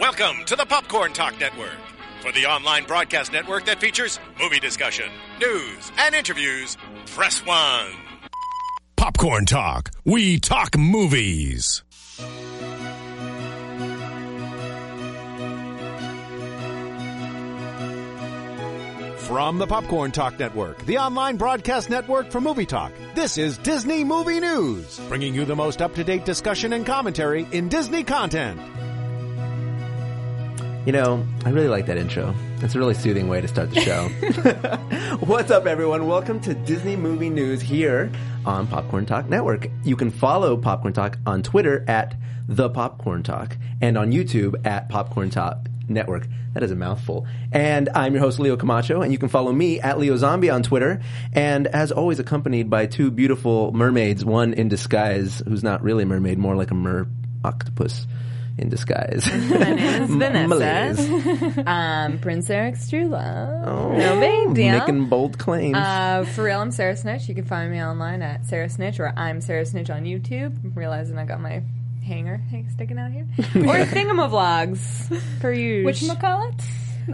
Welcome to the Popcorn Talk Network, for the online broadcast network that features movie discussion, news, and interviews. Press one. Popcorn Talk. We talk movies. From the Popcorn Talk Network, the online broadcast network for movie talk, this is Disney Movie News, bringing you the most up to date discussion and commentary in Disney content. You know, I really like that intro. It's a really soothing way to start the show. What's up, everyone? Welcome to Disney Movie News here on Popcorn Talk Network. You can follow Popcorn Talk on Twitter at The Popcorn Talk and on YouTube at Popcorn Talk Network. That is a mouthful. And I'm your host, Leo Camacho, and you can follow me at Leo Zombie on Twitter. And as always, accompanied by two beautiful mermaids, one in disguise, who's not really a mermaid, more like a mer octopus in disguise. My name is Malays. Vanessa. Um, Prince Eric's true love. Oh, no big deal. Making bold claims. uh, for real, I'm Sarah Snitch. You can find me online at Sarah Snitch or I'm Sarah Snitch on YouTube. I'm realizing I got my hanger hang- sticking out here. or Thingamavlogs, per usual. Which McCulloch?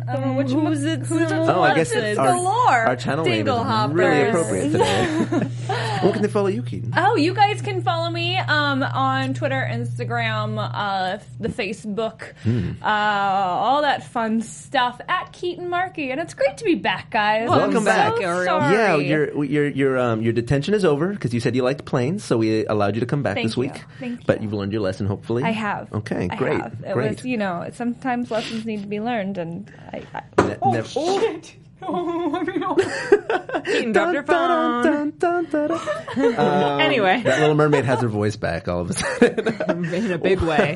Um, which Who's it? oh, I guess it's our, galore. our channel name is Dingle really hoppers. appropriate today. Where can they follow you, Keaton? Oh, you guys can follow me um, on Twitter, Instagram, uh, the Facebook, Hmm. uh, all that fun stuff at Keaton Markey, and it's great to be back, guys. Welcome I'm back. So sorry. Yeah, your your your um your detention is over because you said you liked planes, so we allowed you to come back Thank this week. you. Thank But you. you've learned your lesson, hopefully. I have. Okay, I great, Have. It great. was, you know, sometimes lessons need to be learned, and I. I Ne- ne- shit. dropped her phone. Dun, dun, dun, dun. anyway, that little mermaid has her voice back all of a sudden. in a big way.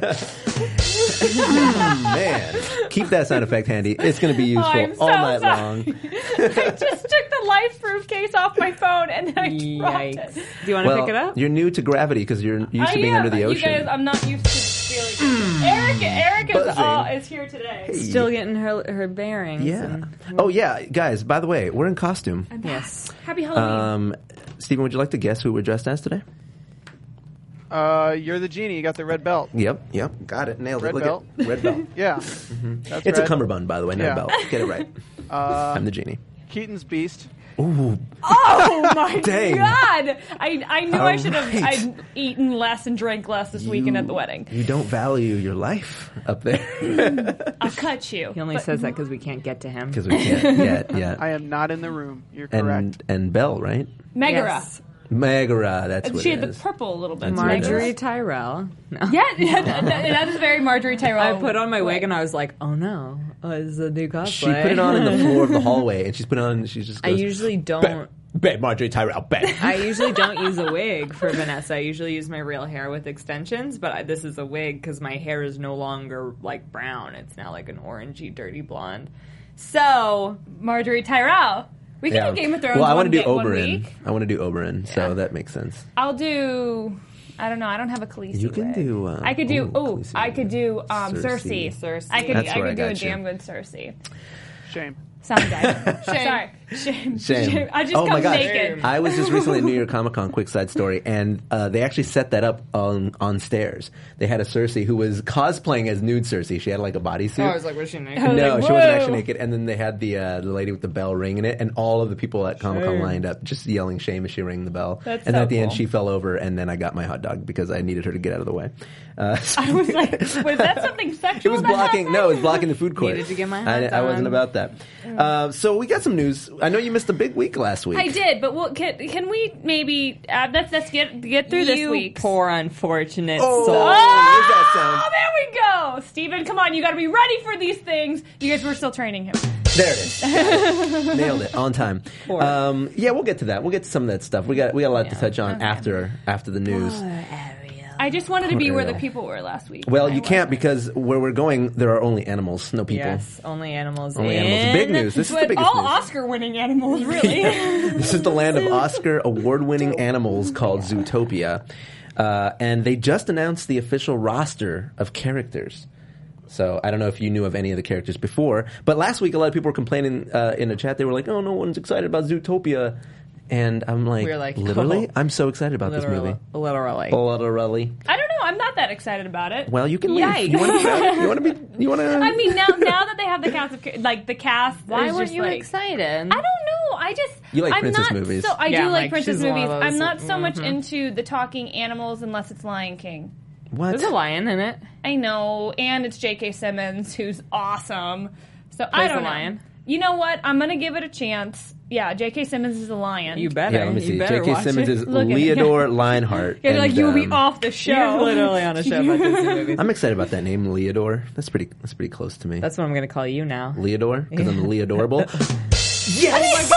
Man, keep that sound effect handy. It's going to be useful Oh, I'm so all night sorry. long. I just took the life proof case off my phone and then I dropped Yikes. it. Do you want to Well, pick it up? you're new to gravity because you're used I to being am. under the ocean. You guys, I'm not used to feeling. Eric, Eric is, Buzzing. all, is here today. Still getting her her bearings. yeah. and- Oh yeah, guys. By the way, we're in costume. yes. Happy Halloween. Um, Stephen, would you like to guess who we're dressed as today? Uh, you're the genie. You got the red belt. Yep. Yep. Got it. Nailed it. Red Look belt. at red belt. Yeah, That's it's a right. cummerbund, by the way, not Yeah. a belt. Get it right. Uh, I'm the genie. Keaton's beast. oh my Dang. god! I, I knew I should have Alright. I'd eaten less and drank less this weekend at the wedding. You don't value your life up there I'll cut you. He only says that because we can't get to him. because we can't yet. Yeah. I am not in the room. You're correct. Uh, and and Bell, right? Megara. Yes. Megara. That's And what She it had the is. purple a little bit. That's what it Marjorie Tyrell. No. Yeah, yeah, that- that is very Marjorie Tyrell. I put on my wig and I was like, oh no, oh, this is a new cosplay. She put it on in the floor of the hallway, and she's put it on. And she just. I Goes, usually Bet, don't. bet Marjorie Tyrell. Bet. I usually don't use a wig for Vanessa. I usually use my real hair with extensions, but I, this is a wig because my hair is no longer like brown. It's now like an orangey, dirty blonde. So Marjorie Tyrell. We can do Game of Thrones. Well, I want to do one Oberyn. week. I want to do Oberyn, so that makes sense. I'll do. I don't know. I don't have a Khaleesi. You can wig. do, uh, I could do. ooh, Oh, Khaleesi I could do um, Cersei. Cersei. Cersei. I could. That's I where could I do a got you. damn good Cersei. Shame. Someday. Sorry. Shame. Shame. I just oh come my gosh. naked. I was just recently at New York Comic Con. Quick side story, and uh, they actually set that up on on stairs. They had a Cersei who was cosplaying as nude Cersei. She had Oh, like a bodysuit. Oh, I was like, was she naked? no, like, she wasn't "Whoa." actually naked. And then they had the uh, the lady with the bell ringing it, and all of the people at Comic Con lined up, just yelling shame as she rang the bell. That's and so at the end, cool. she fell over, and then I got my hot dog because I needed her to get out of the way. Uh, so- I was like, was that something it sexual? was that blocking. happened? No, it was blocking the food court. Needed to get my I, hot I wasn't dog. about that. Mm. Uh, so we got some news. I know you missed a big week last week. I did, but well, can, can we maybe uh, let's let's get get through Oh, this you week. poor unfortunate Oh, soul. what does that sound? Oh, there we go, Steven, Come on, you got to be ready for these things. You guys were still training him. There it is. Nailed it on time. Um, yeah, we'll get to that. We'll get to some of that stuff. We got we got a lot to touch on after after the news. I just wanted to be where the Ariel. people were last week. Well, I you can't wasn't. because where we're going, there are only animals, no people. Yes, only animals. Only in. animals. Big news. This is the But biggest all news. Oscar-winning animals, really. This is the land of Oscar award-winning animals called Zootopia, uh, and they just announced the official roster of characters. So I don't know if you knew of any of the characters before, but last week a lot of people were complaining uh, in the chat. They were like, "Oh, no one's excited about Zootopia," and I'm like, We were like, "Literally, "Oh." I'm so excited about Literally, this movie." literally. Literally, I don't know. I'm not that excited about it. Well, you can leave. Yikes. You want to? You want to be? You want to? I mean, now now that they have the cast of ca- like the cast, Why is weren't just you like, excited? I don't know. I just You like I'm princess not movies. So I Yeah, do like, like, princess she's one of movies. those I'm not that- Mm-hmm. so much into the talking animals unless it's Lion King. what? There's a lion in it. I know, and it's J.K. Simmons who's awesome. So I Plays don't a know. lion. You know what? I'm gonna give it a chance. Yeah, J.K. Simmons is a lion. You better. Yeah, let me you see. better J.K. watch Simmons it. is Look at it. Leodore Lionheart. You're like and, you will be um, off the You're show. literally on a show about Disney movies. I'm excited about that name, Leodore. That's pretty. That's pretty close to me. That's what I'm going to call you now. Leodore because I'm Leodorable. Oh my god,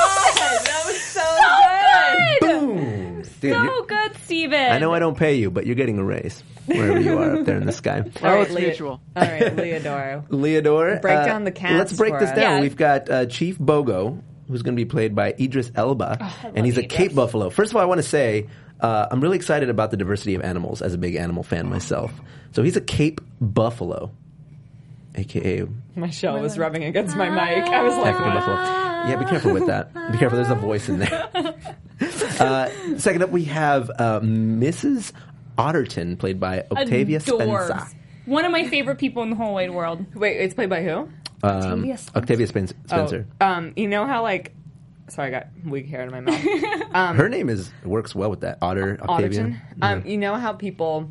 that was so, good. Boom! Dude, so you're- good, Steven. I know I don't pay you, but you're getting a raise wherever you are up there in the sky. Oh, All it's mutual. All right, Leodoro. Leodore. uh, Break down the cast Let's break for this us. down. Yeah. We've got uh, Chief Bogo, who's going to be played by Idris Elba, and he's a Oh, Idris. Cape Buffalo. First of all, I want to say uh, I'm really excited about the diversity of animals as a big animal fan myself. So he's a Cape Buffalo, aka My shell was rubbing against my mic. I was like, African buffalo. Yeah, be careful with that. Be careful. There's a voice in there. Uh, second up, we have uh, Mrs. Otterton, played by Octavia Adorbs. Spencer. One of my favorite people in the whole wide world. wait, it's played by who? Um, Octavia Spen- Spencer. Oh, um, you know how like, sorry, I got wig hair in my mouth. Her name is works well with that. Otter Octavia. Otterton. Um, you know how people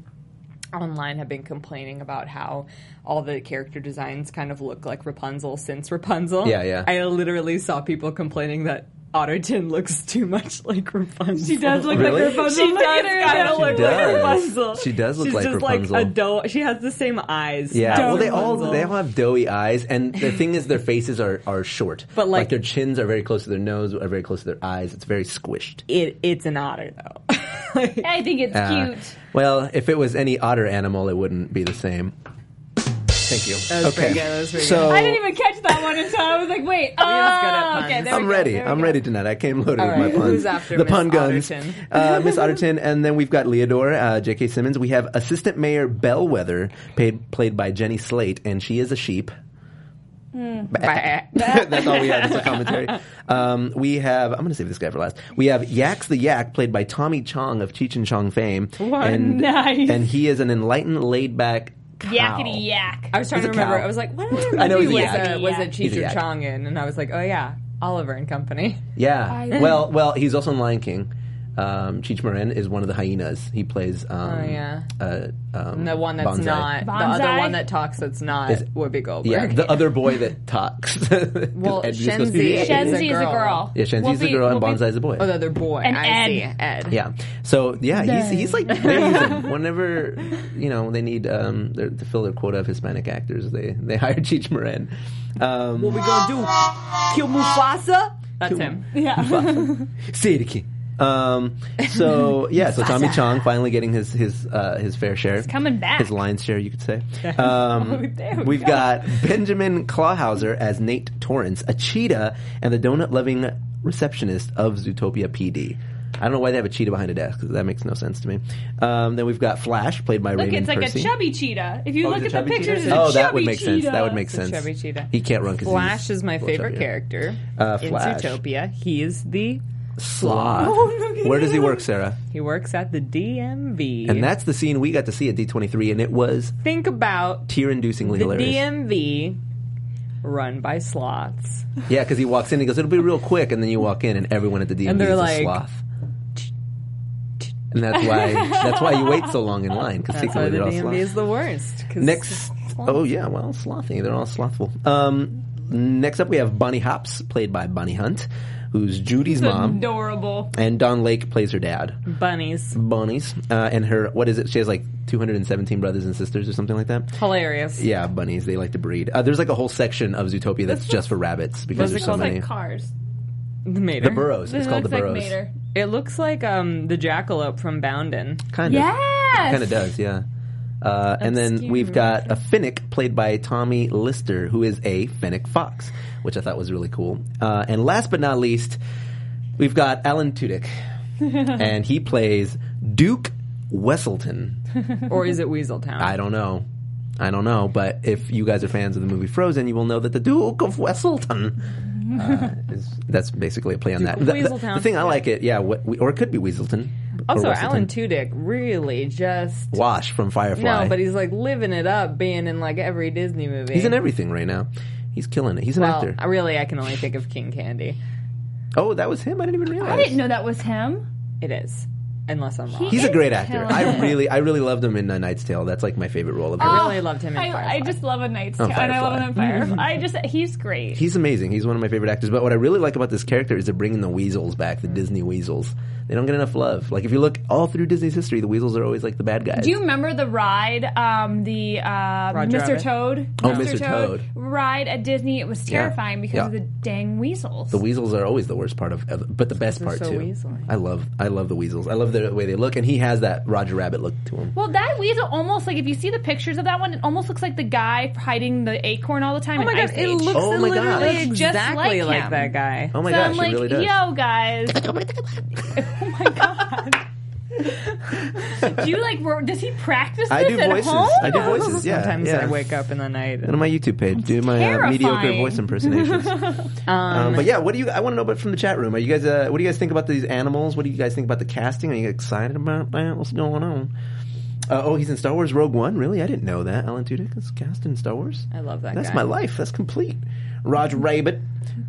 online have been complaining about how all the character designs kind of look like Rapunzel since Rapunzel. Yeah, yeah. I literally saw people complaining that Otterton looks too much like Rapunzel. She does look like Really? Rapunzel. She Look at does her. kind of She look does. like Rapunzel. She does look She's like just Rapunzel. Like a doe. She has the same eyes. Yeah, Doe well, they all Rapunzel. they all have doughy eyes, and the thing is, their faces are, are short. But, like- their chins are very close to their nose, are very close to their eyes. It's very squished. It, it's an otter though. Like, I think it's Uh, cute. Well, if it was any otter animal, it wouldn't be the same. Thank you. that was okay, pretty good. That was pretty so I didn't even catch that one until I was like, wait. not good at Oh, puns. okay. There I'm we go, ready. there we I'm go. ready tonight. I came loaded All with my right, puns. who's after the Miss pun guns. Otterton? Uh, Miss Otterton, and then we've got Leodore, uh, J.K. Simmons. We have Assistant Mayor Bellwether, paid, played by Jenny Slate, and she is a sheep. good. That's all we had as a commentary. Um, we have, I'm going to save this guy for last. We have Yaks the Yak, played by Tommy Chong of Cheech and Chong fame. What? And, Nice. And he is an enlightened, laid back cow. Yakety yak. I was trying to He's a remember. cow. I was like, what other I know movie he's was a a yak. was a He's a Cheech yak. and Chong in? And I was like, oh yeah, Oliver and Company. Yeah. well, well, he's also in Lion King. Um, Cheech Marin is one of the hyenas. He plays. Um, Oh, yeah. Uh, um, And the one that's Bonsai. not the Bonsai? other one that talks that's not Is- would be Goldberg. Yeah, the other boy that talks. 'Cause Well, Ed was supposed to be- Shenzi is Shenzi a is a girl. girl. Yeah, Shenzi's We'll the be- girl and we'll be- Bonsai's the boy. oh, the other boy. And I Ed. see. Ed. Yeah. So yeah, he's he's like they use him whenever you know they need um their, to fill their quota of Hispanic actors. They they hire Cheech Marin. Um, What we gonna do? Kill Mufasa? That's him. Say it again. Um, so yeah, so Tommy Chong finally getting his his uh, his fair share, He's coming back. his lion's share, you could say. Um, Oh, there we we've go. got Benjamin Clawhauser as Nate Torrance, a cheetah, and the donut loving receptionist of Zootopia PD. I don't know why they have a cheetah behind a desk. 'cause That makes no sense to me. Um, then we've got Flash, played by Look, Raymond it's like Percy. a chubby cheetah. If you Oh, look it's at a chubby the pictures, cheetah? it's a Oh, that chubby would make sense. That would cheetah. make sense. chubby cheetah. He can't run because Flash is my favorite character. Uh, in Flash. Zootopia. He is the Sloth. Oh, Where does he work, Sarah? he works at the DMV. And that's the scene we got to see at D23, and it was think about tear-inducingly the hilarious. DMV run by sloths. Yeah, because he walks in, he goes, "It'll be real quick," and then you walk in, and everyone at the DMV And they're is a like, sloth. And that's why that's why you wait so long in line because That's why secretly the they're all sloth. DMV is the worst. 'cause- Next, oh yeah, well, slothy. They're all slothful. Um, next up, we have Bonnie Hops, played by Bonnie Hunt, who's Judy's mom, Adorable. and Don Lake plays her dad. bunnies. Bunnies uh, and her what is it? She has like 217 brothers and sisters or something like that. Hilarious. Yeah, bunnies. They like to breed. Uh, there's like a whole section of Zootopia that's just for rabbits because there's Those are so called, like, many. Cars. The Mater. the burrows. It's It called the looks like burrows. Mater. It looks like um the jackalope from Bounden. Kind of. Yes. Kind of does, yeah. Uh, and then Obscure we've got a Finnick played by Tommy Lister, who is a Finnick Fox, which I thought was really cool. Uh, and last but not least, we've got Alan Tudyk, and he plays Duke Wesselton. Or is it Weaseltown? I don't know. I don't know, but if you guys are fans of the movie Frozen, you will know that the Duke of Wesselton uh, is that's basically a play on that. of The, the- the Weaseltown. thing I like it, yeah, what, we, or it could be Weaselton. or Also, what's the Alan term? Tudyk really just Wash from Firefly. no, but he's like living it up, being in like every Disney movie. he's in everything right now. He's killing it. He's an well, actor. I- really, I can only think of King Candy. oh, that was him. I didn't even realize. I didn't know that was him. It is, unless I'm wrong. He- He's a great It's actor. killing I it. really, I really loved him in A Knight's Tale. That's like my favorite role of his. I Oh. really loved him in Firefly. I, I just love a Knight's Oh, Tale, and I love him in Firefly. Firefly. I just he's great. He's amazing. He's one of my favorite actors. But what I really like about this character is they're bringing the weasels back, the Disney weasels. They don't get enough love. Like if you look all through Disney's history, the weasels are always like the bad guys. Do you remember the ride, um, the uh, Roger Mr. Rabbit? Toad? Oh, Mr. Toad. ride at Disney. It was terrifying because Yeah. of the dang weasels. the weasels are always the worst part of, of- but the best They're part so too. weaselly. I love, I love the weasels. I love the way they look, and he has that Roger Rabbit look to him. well, that weasel almost like if you see the pictures of that one, it almost looks like the guy hiding the acorn all the time. oh my in god, Ice it Age. looks Oh my God. literally Looks just exactly like like, him. that guy. Oh my so gosh, I'm he like, really does. yo, guys. oh my god. do you like? ro- Does he practice this I do at voices. home? I do voices. Yeah, Sometimes yeah. I wake up in the night. Go to And my YouTube page. Do my uh, mediocre terrifying. voice impersonations. um, but yeah, what do you? I want to know about from the chat room. Are you guys? Uh, what do you guys think about these animals? What do you guys think about the casting? Are you excited about that? What's going on? Uh, oh, he's in Star Wars Rogue One. Really, I didn't know that. Alan Tudyk is cast in Star Wars. I love that That's guy. my life. That's complete. Roger Rabbit.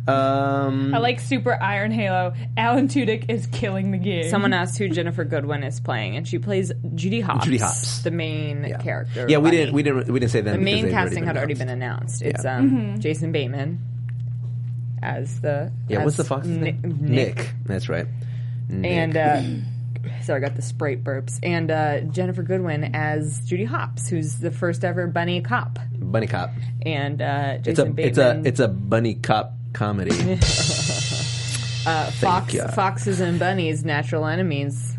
Um, I like Super Iron Halo. Alan Tudyk is killing the game. Someone asked who Jennifer Goodwin is playing, and she plays Judy Hopps, Judy Hopps. the main yeah. character. Yeah, we Bunny. didn't. We didn't. We didn't say that. The main casting had already been announced. It's um, Jason Bateman as the Yeah, as what's the fox's Nick, name? Nick. That's right. and uh, sorry, I got the Sprite burps and uh, Jennifer Goodwin as Judy Hopps, who's the first ever bunny cop, Bunny cop. and uh, It's a. Jason It's a. Bateman. It's a bunny cop comedy. fox, God. foxes and bunnies, natural enemies,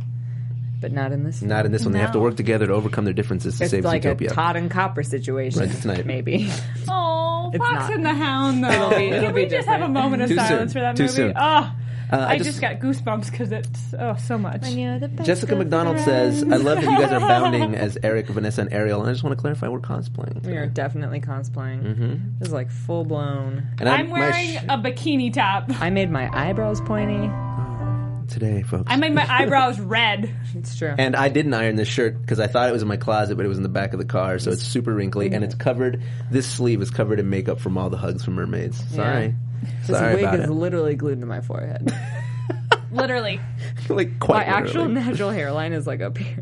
but not in this. Not in this one. They have to work together to overcome their differences to it's save like Zootopia. a Todd and Copper situation, Right, it's not- maybe. Oh, It's Fox not. and the Hound, though. Can it'll we be just have a different. moment of Too silence soon. for that Too movie? soon. Oh, I, Uh, just- just, got goosebumps because it's oh so much. Jessica McDonald says, "I love that you guys are bounding as Eric, Vanessa, and Ariel." And I just want to clarify, we're cosplaying. we are definitely cosplaying. Mm-hmm. This is like full blown. And I'm my wearing sh- a bikini top. I made my eyebrows pointy. today, folks. I made my eyebrows red. It's true. and I didn't iron this shirt because I thought it was in my closet, but it was in the back of the car, so it's super wrinkly and it's covered. This sleeve is covered in makeup from all the hugs from mermaids. Sorry, this sorry wig about is it. literally glued to my forehead. Literally, like my quite actual literally. natural hairline is like up here.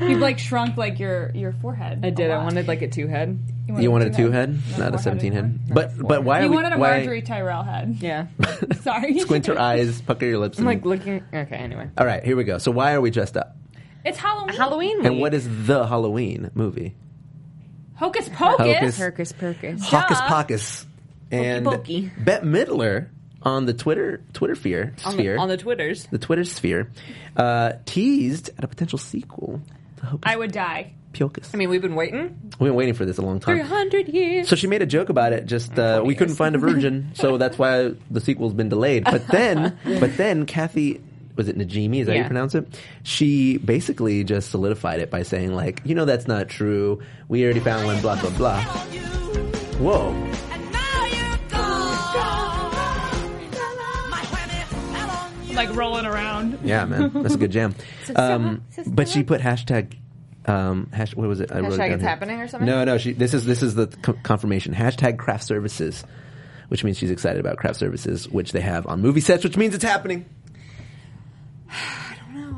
you've like shrunk like your your forehead. I did. I wanted like a two head. You wanted a two head, not a seventeen head. But but why are You we? wanted a why- Marjorie Tyrell head. Yeah. Sorry, Squint your eyes, pucker your lips. I'm And, like looking. Okay. Anyway. all right, here we go. So why are we dressed up? It's Halloween. Halloween. And what is the Halloween movie? Hocus Hocus- Pocus. Perkus Perkus? Hocus Pocus. And Pokey. Bette Midler on the Twitter Twitter fear, On sphere, the, on the Twitters. the Twitter sphere, uh, teased at a potential sequel to Hocus I would die. Pocus. I mean, we've been waiting We've been waiting for this a long time. 300 years. So she made a joke about it. Just uh, we couldn't find a virgin, so that's why the sequel's been delayed. But then, but then Kathy. Was it Najimi? Is that how you Yeah. pronounce it? She basically just solidified it by saying, like, you know, that's not true. We already found one, blah, blah, blah. Whoa. Like rolling around. Yeah, man, that's a good jam. Um, but she put hashtag. Um, hash, what was it? I wrote it Hashtag down it's here. happening or something? No, no. She, this is this is the co- confirmation. Hashtag craft services, which means she's excited about craft services, which they have on movie sets, which means it's happening.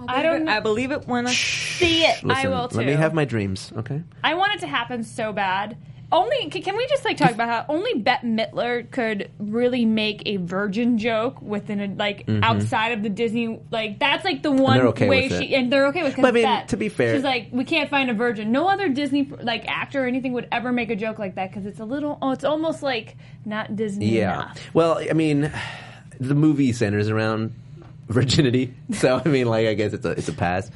I don't. I believe it when I. see it. I Listen, will too. Let me have my dreams, okay? I want it to happen so bad. Only can, can we just like talk about how only Bette Midler could really make a virgin joke within a like outside of the Disney like that's like the Mm-hmm. one they're okay way with she it. and they're okay with. 'cause But I mean, Bette- to be fair- she's like we can't find a virgin. No other Disney like actor or anything would ever make a joke like that because it's a little. Oh, it's almost like not Disney. Yeah. enough. Well, I mean, the movie centers around virginity, so I mean, like, I guess it's a it's a pass.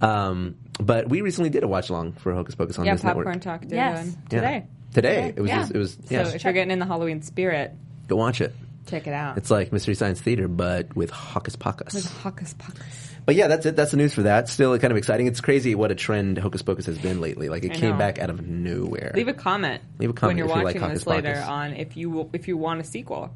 Um, but we recently did a watch along for Hocus Pocus on Yeah, this popcorn network talk did Yes. one Yeah. today. Today it was Yeah. just, it was So yeah. if you're getting in the Halloween spirit, go watch it. check it out. It's like Mystery Science Theater, but with Hocus Pocus. Hocus Pocus. But yeah, that's it. That's the news for that. Still kind of exciting. It's crazy what a trend Hocus Pocus has been lately. Like it I came know. back out of nowhere. Leave a comment. Leave a when comment you're if you like watching Hocus this later Pocus. on if you if you want a sequel.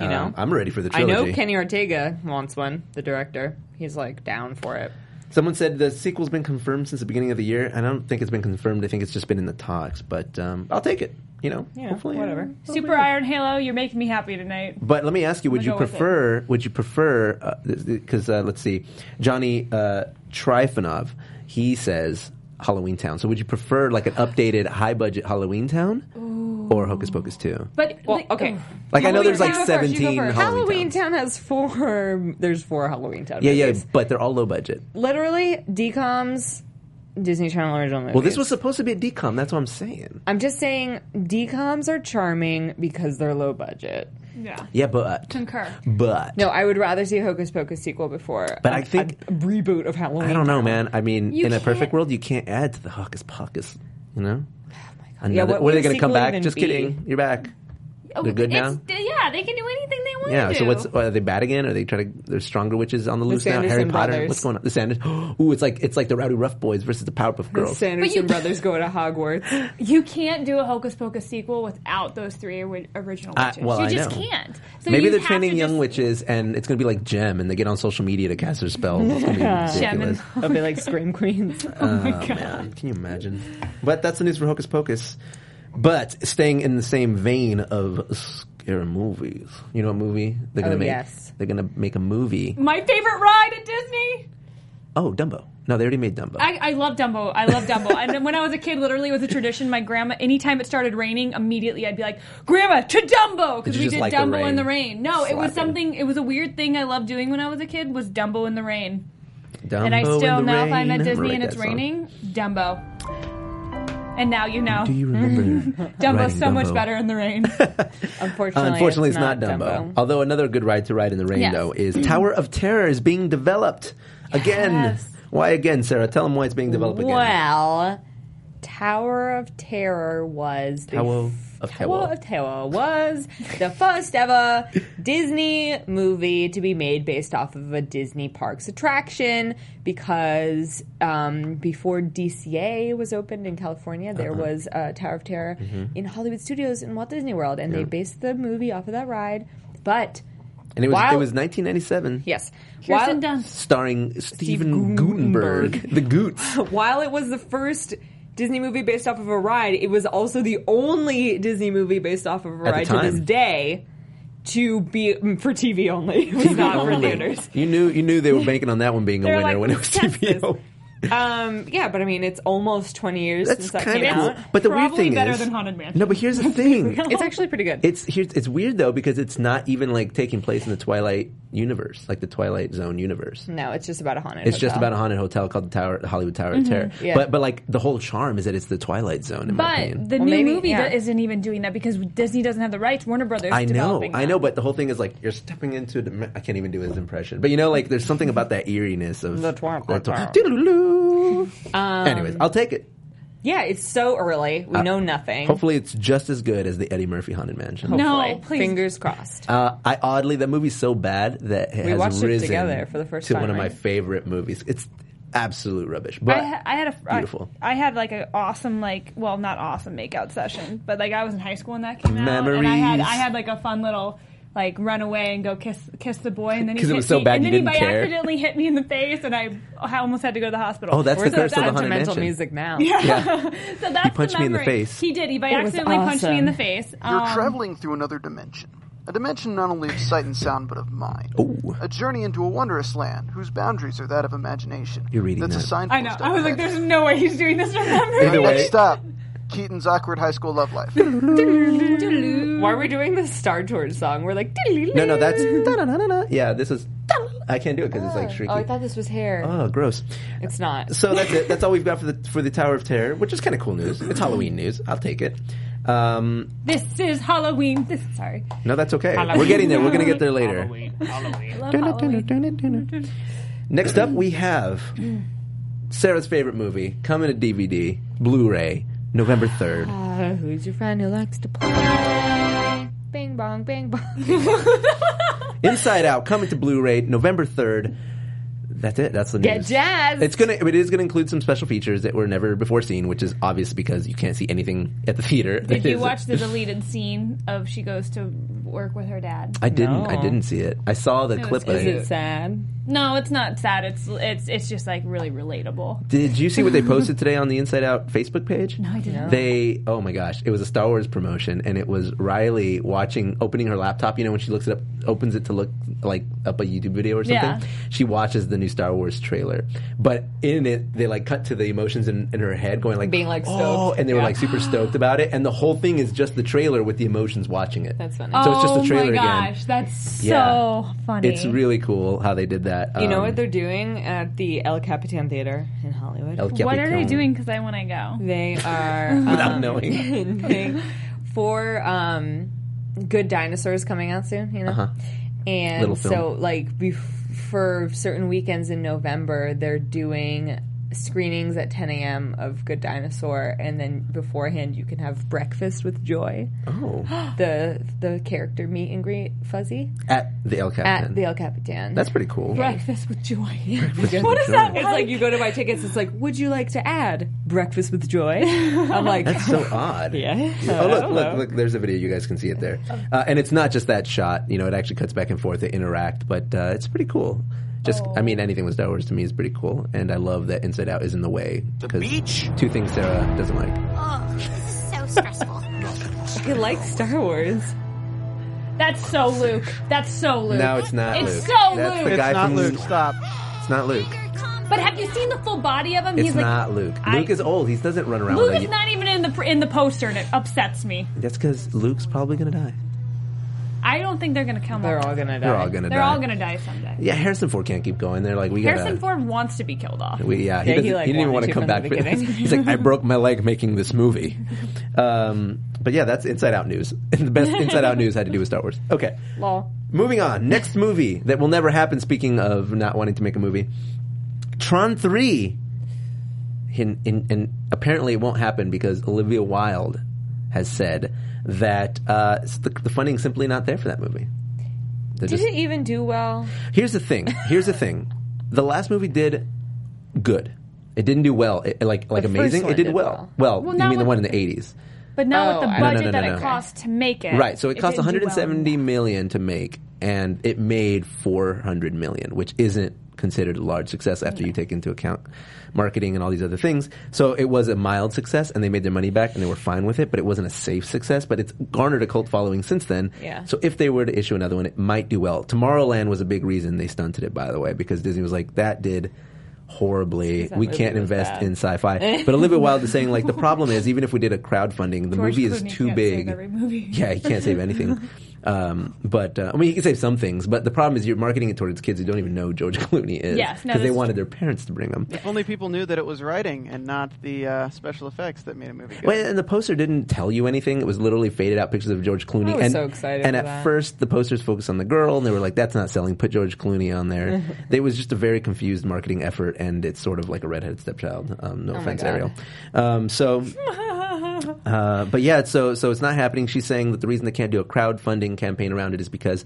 You know, Um, I'm ready for the I trilogy. know Kenny Ortega wants one. The director, he's like down for it. Someone said the sequel's been confirmed since the beginning of the year. I don't think it's been confirmed. I think it's just been in the talks, but um, I'll take it. You know, Yeah, hopefully, uh, whatever. Super Iron Halo, you're making me happy tonight. But let me ask you: Would I'm you gonna go with prefer? Would you prefer? Because uh, let's see, Johnny uh, Trifonov, he says Halloween Town. So would you prefer like an updated, high budget Halloween Town, or Hocus Pocus Two? But Well, the- oh, okay. Like I know Halloween there's like Town first, you go seventeen first. Halloween, Halloween Towns. Town has four. There's four Halloween Town. Yeah, yeah, movies. but they're all low budget. Literally, DComs, Disney Channel original movies. Well, this was supposed to be a decom. That's what I'm saying. I'm just saying, DComs are charming because they're low budget. yeah, Yeah, but concur. but No, I would rather see Hocus Pocus sequel before. But a- I think- a reboot of Halloween. I don't know, man. I mean, You in a can't- Oh perfect world, you can't add to the Hocus Pocus. You know. Another, Yeah, what, what are they would going to come sequel back? even Just be? kidding. You're back. They're good Oh, It's- now? yeah, they can do anything they want Yeah. to do. So what's are they bad again? Are they trying to? There's stronger witches on the loose now. Sanderson Harry Potter. brothers. What's going on? The Sanders. Ooh, it's like it's like the Rowdy Rough Boys versus the Powerpuff The Girls. Sanderson But you- brothers go to Hogwarts. You can't do a Hocus Pocus sequel without those three ori- original I- witches. Uh, well, you I just know. can't. So Maybe you they're have training to young just- witches, and it's going to be like Gem, and they get on social media to cast their spells. It's going to be Gem and- ridiculous. They'll be like Scream Queens. Oh, man, can you imagine? But that's the news for Hocus Pocus. But staying in the same vein of scary movies, you know, what movie they're gonna Oh, make. yes. They're gonna make a movie. My favorite ride at Disney. Oh, Dumbo. No, they already made Dumbo. I, I love Dumbo. I love Dumbo. and then when I was a kid, literally it was a tradition. My grandma, anytime it started raining, immediately I'd be like, "Grandma, to Dumbo," Did because you we just did like the Dumbo rain? in the rain. No, it Slapping. was something. It was a weird thing I loved doing when I was a kid. Was Dumbo in the rain? Dumbo and I in still the know if I'm rain. at gonna Disney write and it's that song. raining, Dumbo. And now you know. Do you remember? Dumbo's writing so much Dumbo? better in the rain. Unfortunately, Unfortunately, it's, not, Dumbo. Although another good ride to ride in the rain, Yes. though, is Tower of Terror is being developed again. Yes. Why again, Sarah? Tell them why it's being developed again. Well, Tower of Terror was the Tower of Tower Terror. of Terror was the first ever Disney movie to be made based off of a Disney Parks attraction because um, before DCA was opened in California, there Uh-huh. was a Tower of Terror Mm-hmm. in Hollywood Studios in Walt Disney World, and they based the movie off of that ride. But And it was Wow. it was 1997, yes, Kirsten while- Dunst. starring Steven Gutenberg, Gutenberg. the Goots. while it was the first Disney movie based off of a ride, it was also the only Disney movie based off of a the ride to this time. day to be mm, for TV only. It was not for Only. theaters. You knew you knew they were banking on that one being a They're winner like, when it was "Let's test TVO. Um, yeah, but I mean, it's almost 20 years That's since that kind came of out. cool. But the weird Probably thing better is, than Haunted Mansion. no. But here's the thing: It's actually pretty good. it's here's it's weird though because it's not even like taking place in the Twilight universe, like the Twilight Zone universe. no, it's just about a haunted. It's just hotel. about a haunted hotel called the Tower, the Hollywood Tower of Terror. Yeah. But but like the whole charm is that it's the Twilight Zone. In my opinion. But the new maybe- movie yeah. that isn't even doing that because Disney doesn't have the rights. Warner Brothers. I know, developing I that. know, but the whole thing is like you're stepping into. The, I can't even do his impression, but you know, like there's something about that eeriness of The twirl, that twirl. twi- Doodaloo. Anyways, I'll take it. Yeah, it's so early. We know nothing. Uh, Hopefully, it's just as good as the Eddie Murphy Haunted Mansion. No, Hopefully. please. Fingers crossed. Uh, I oddly that movie's so bad that it has watched it risen together for the first to time, one of my right? favorite movies. It's absolute rubbish, but I, ha- I had a fr- I- Beautiful. I, had like an awesome like well not awesome makeout session, but like I was in high school when that came out, and I had Memories. I had like a fun little like run away and go kiss kiss the boy, and then he 'Cause it hit was so me, bad and you then he didn't by care. accidentally hit me in the face, and I, I almost had to go to the hospital. Oh, that's We're the curse of the haunted sentimental mansion. music now. Yeah. so that's punched the me in the memory. face. He did. He by was accidentally punched me in awesome. the face. You're Um, traveling through another dimension. A dimension not only of sight and sound, but of mind. Ooh. A journey into a wondrous land whose boundaries are that of imagination. You're reading That's that. a signpost. I know. up I was like, ahead. there's no way he's doing this. Remember? Either way, Next stop, Keaton's awkward high school love life. Why are we doing the Star Tours song? We're like, no, no, that's da-da-da-da-da. yeah. This is I can't do it because it's like shrieky. Oh, I thought this was hair. Oh, gross. it's not. So that's it. That's all we've got for the for the Tower of Terror, which is kind of cool news. It's Halloween news. I'll take it. Um, This is Halloween. This sorry. no, that's okay. We're getting there. We're gonna get there later. Love Dun, dun, Halloween. dun, dun, dun, dun. Next up, we have Sarah's favorite movie coming to DVD, Blu-ray, November third. Uh, who's your friend who likes to play? Bing bong, bing bong. Inside Out coming to Blu-ray November third. That's it. That's the Get news. jazzed. It's gonna. It is gonna include some special features that were never before seen, which is obvious because you can't see anything at the theater. Did you watch the deleted scene of she goes to work with her dad? I didn't. I No. didn't see it. I saw the was clip. good. Of Is it. it sad? No, it's not sad. It's it's it's just like really relatable. Did you see what they posted today on the Inside Out Facebook page? No, I didn't. They, oh my gosh, it was a Star Wars promotion, and it was Riley watching, opening her laptop. You know, when she looks it up, opens it to look like up a YouTube video or something. Yeah. She watches the new Star Wars trailer, but in it, they like cut to the emotions in, in her head, going like, Being, like, oh, stoked. and they were Yeah. like super stoked about it, and the whole thing is just the trailer with the emotions watching it. That's funny. So it's just oh the trailer my again. gosh, that's so Yeah. funny. It's really cool how they did that. You know Um, what they're doing at the El Capitan Theater in Hollywood? El What are they Capitan. doing? Because I want to go. They are um, Without knowing. thing for um, Good Dinosaurs coming out soon, you know? And Uh-huh. Little film. so, like, bef- for certain weekends in November, they're doing screenings at 10 a.m. of Good Dinosaur, and then beforehand, you can have breakfast with Joy, Oh, the the character meet and greet Fuzzy, at the El Capitan. at the El Capitan. That's pretty cool. Breakfast with Joy. What is that? it's like you go to buy tickets. It's like, would you like to add breakfast with joy? I'm like, That's so odd. Yeah. Oh I look, don't look, know. look! There's a video. You guys can see it there, uh, and it's not just that shot. You know, it actually cuts back and forth. They interact, but uh, it's pretty cool. Just, I mean, anything with Star Wars to me is pretty cool, and I love that Inside Out is in the way. The beach. Two things Sarah doesn't like. Oh, this is so stressful. you like Star Wars. That's so Luke. That's so Luke. No, it's not. It's Luke. so That's The Luke. It's guy not from, Luke. Stop. It's not Luke. But have you seen the full body of him? It's He's like not Luke. I- Luke is old. He doesn't run around. Luke with is a- not even in the pr- in the poster, and it upsets me. That's because Luke's probably gonna die. I don't think they're gonna come. They're up. all gonna die. They're all gonna They're die. all gonna die someday. Yeah, Harrison Ford can't keep going. They're like, we gotta. Harrison Ford wants to be killed off. We, yeah, he, Yeah, he, doesn't, he like, didn't even wanted want to to come from back. the For this. beginning. He's like, I broke my leg making this movie. Um, but yeah, that's Inside Out news. And the best Inside Out news had to do with Star Wars. Okay, Lol. moving on. Next movie that will never happen. Speaking of not wanting to make a movie, Tron Three. In, in, and apparently, it won't happen because Olivia Wilde has said that uh, s- the, the funding's simply not there for that movie. They're Did just- it even do well? Here's the thing. Here's the thing. The last movie did good. It didn't do well. It, like like The first amazing. one It did, did well. Well, well. Well, you now mean the with- one in the eighties, But now Oh, with I- the No, budget no, no, that no, it no. cost to make it, right? So it cost didn't do 170 well. million to make, and it made 400 million, which isn't considered a large success after you take into account marketing and all these other things. So it was a mild success, and they made their money back, and they were fine with it. But it wasn't a safe success. But it's garnered a cult following since then. Yeah. So if they were to issue another one, it might do well. Tomorrowland was a big reason they stunted it, by the way, because Disney was like, that did horribly. We movie can't was invest bad. in sci-fi. But Olivia Wilde is saying, like, the problem is, even if we did a crowdfunding, the George movie is Clooney too can't big. save every movie. Yeah, he can't save anything. Um, but uh, I mean, he can save some things. But the problem is, you're marketing it towards kids who don't even know who George Clooney is because Yes, no, they that's wanted their parents to bring him. If only people knew that it was writing and not the uh, special effects that made a movie good. Well, and the poster didn't tell you anything. It was literally faded out pictures of George Clooney. I was and, so excited And for at that. first, the posters focused on the girl, and they were like, "That's not selling. Put George Clooney on there." it was just a very confused marketing effort, and it's sort of like a redheaded stepchild. Um, no offense, Oh God. Ariel. Um, so, uh, but yeah, so so it's not happening. She's saying that the reason they can't do a crowdfunding campaign around it is because.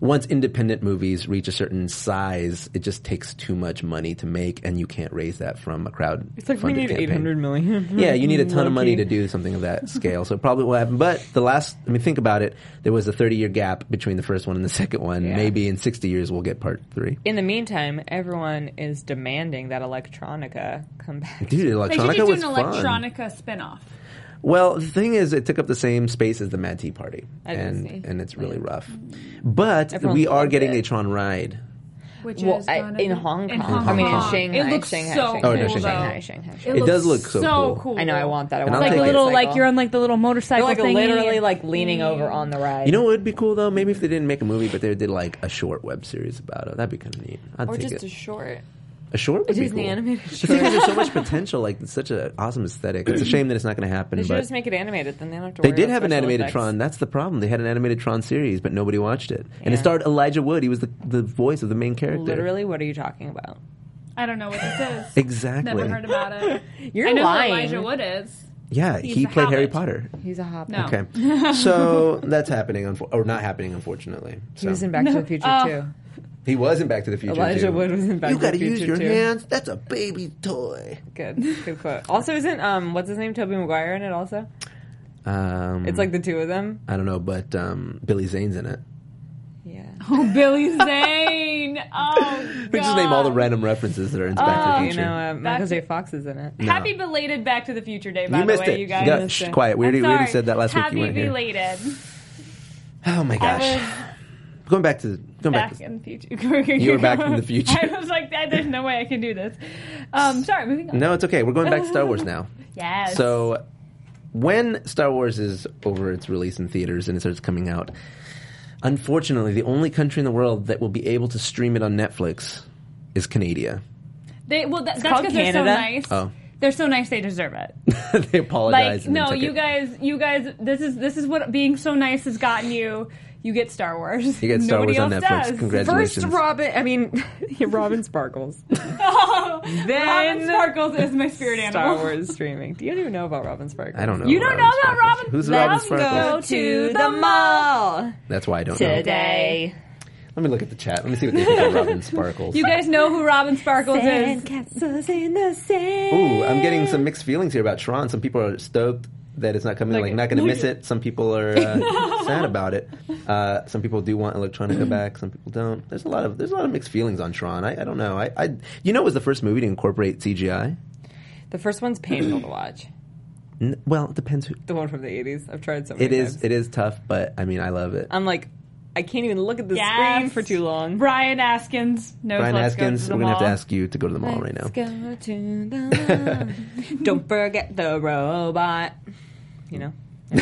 Once independent movies reach a certain size, it just takes too much money to make, and you can't raise that from a crowd. It's like we need 800 million. Yeah, you need a ton of money to do something of that scale. So it probably will happen. But the last, I mean, think about it. There was a 30 year gap between the first one and the second one. Yeah. Maybe in 60 years we'll get part three. In the meantime, everyone is demanding that Electronica come back. Dude, They should Electronica just do was an fun. electronica spin-off. Well, the thing is, it took up the same space as the Mad Tea Party, I didn't and see. and it's really rough. But Everyone we are loved getting it. a Tron ride. Which Well, is I- gonna in be- Hong Kong. In Hong I I mean, in Kong. Shanghai. it looks Shanghai, so Shanghai, Oh, no, cool, Shanghai, though. Shanghai, It Shanghai. looks does look so cool. cool. I know, I want that. I And I'll want like that a take it. little, motorcycle. like you're on like the little motorcycle, They're like thingy. literally like leaning over on the ride. You know what would be cool though? Maybe if they didn't make a movie, but they did like a short web series about it. That'd be kind of neat. I'd or take just it. a short. A short would be Disney cool. animated The thing is, there's so much potential. Like, it's such an awesome aesthetic. It's a shame that it's not going to happen. They should but just make it animated, then they don't have to. they worry did about have an special animated effects. Tron. That's the problem. They had an animated Tron series, but nobody watched it. And it Yeah. starred Elijah Wood. He was the, the voice of the main character. Literally, what are you talking about? I don't know what this is. Exactly. Never heard about it. You're I know lying. who Elijah Wood is. Yeah, He's he the played Harry Hobbit. Potter. He's a hobbit. No. Okay. so that's happening, unfo- or not happening, unfortunately. So. Oh. He was in Back to the Future too. He was in Back to the Future. Elijah too. Wood was in Back You to the gotta use Future, your too. hands. That's a baby toy. Good. Good quote. Also, isn't um what's his name Toby Maguire in it? Also, Um, it's like the two of them. I don't know, but um, Billy Zane's in it. Yeah. Oh, Billy Zane. Oh, We just name all the God. random references that are in Back to the You Future. know, uh, Michael to- J. Fox is in it. Happy belated Back to the Future Day, by you missed the way, it. you guys. got, missed shh, it. quiet. We I'm already, we already sorry. said that last week. Happy You weren't here. belated. Oh my gosh. going back to going back. Back to, in the future. You were back in the future. I was like, "That- there's no way I can do this. Um, sorry, moving on. no, it's okay. We're going back to Star Wars now. Yes. So, when Star Wars is over its release in theaters and it starts coming out, unfortunately, the only country in the world that will be able to stream it on Netflix is Canada. They, well, that, that's called because they're so Canada. nice. Oh. They're so nice. They deserve it. they apologize. Like, and they no, took you it. guys, you guys, this is this is what being so nice has gotten you. You get Star Wars. You get Star Nobody Wars on else Netflix. Does. Congratulations. First, Robin. I mean, Robin Sparkles. Oh, Then- Robin Sparkles is my spirit Star animal. Wars streaming. Do you even know about Robin Sparkles? I don't know. You don't know about Sparkles. Robin- Who's Let's Robin Go Sparkles? to the mall That's why I don't know. today. Let me look at the chat. Let me see what they think of Robin Sparkles. You guys know who Robin Sparkles is. castles in the sand. Ooh, I'm getting some mixed feelings here about Tron. Some people are stoked that it's not coming, like, not going to miss it. Some people are uh, sad about it. Uh, some people do want electronica back. Some people don't. There's a lot of there's a lot of mixed feelings on Tron. I, I don't know. I, I you know it was the first movie to incorporate CGI. The first one's painful to watch. N- well, it depends who. The one from the 80s. I've tried so many It is times. it is tough, but I mean I love it. I'm like, I can't even look at the Yes. screen for too long. Brian Askins knows Brian Let's Go Askins, to the we're gonna have to Mall. ask you to go to the mall right now. go to the mall. Don't forget the robot. You know?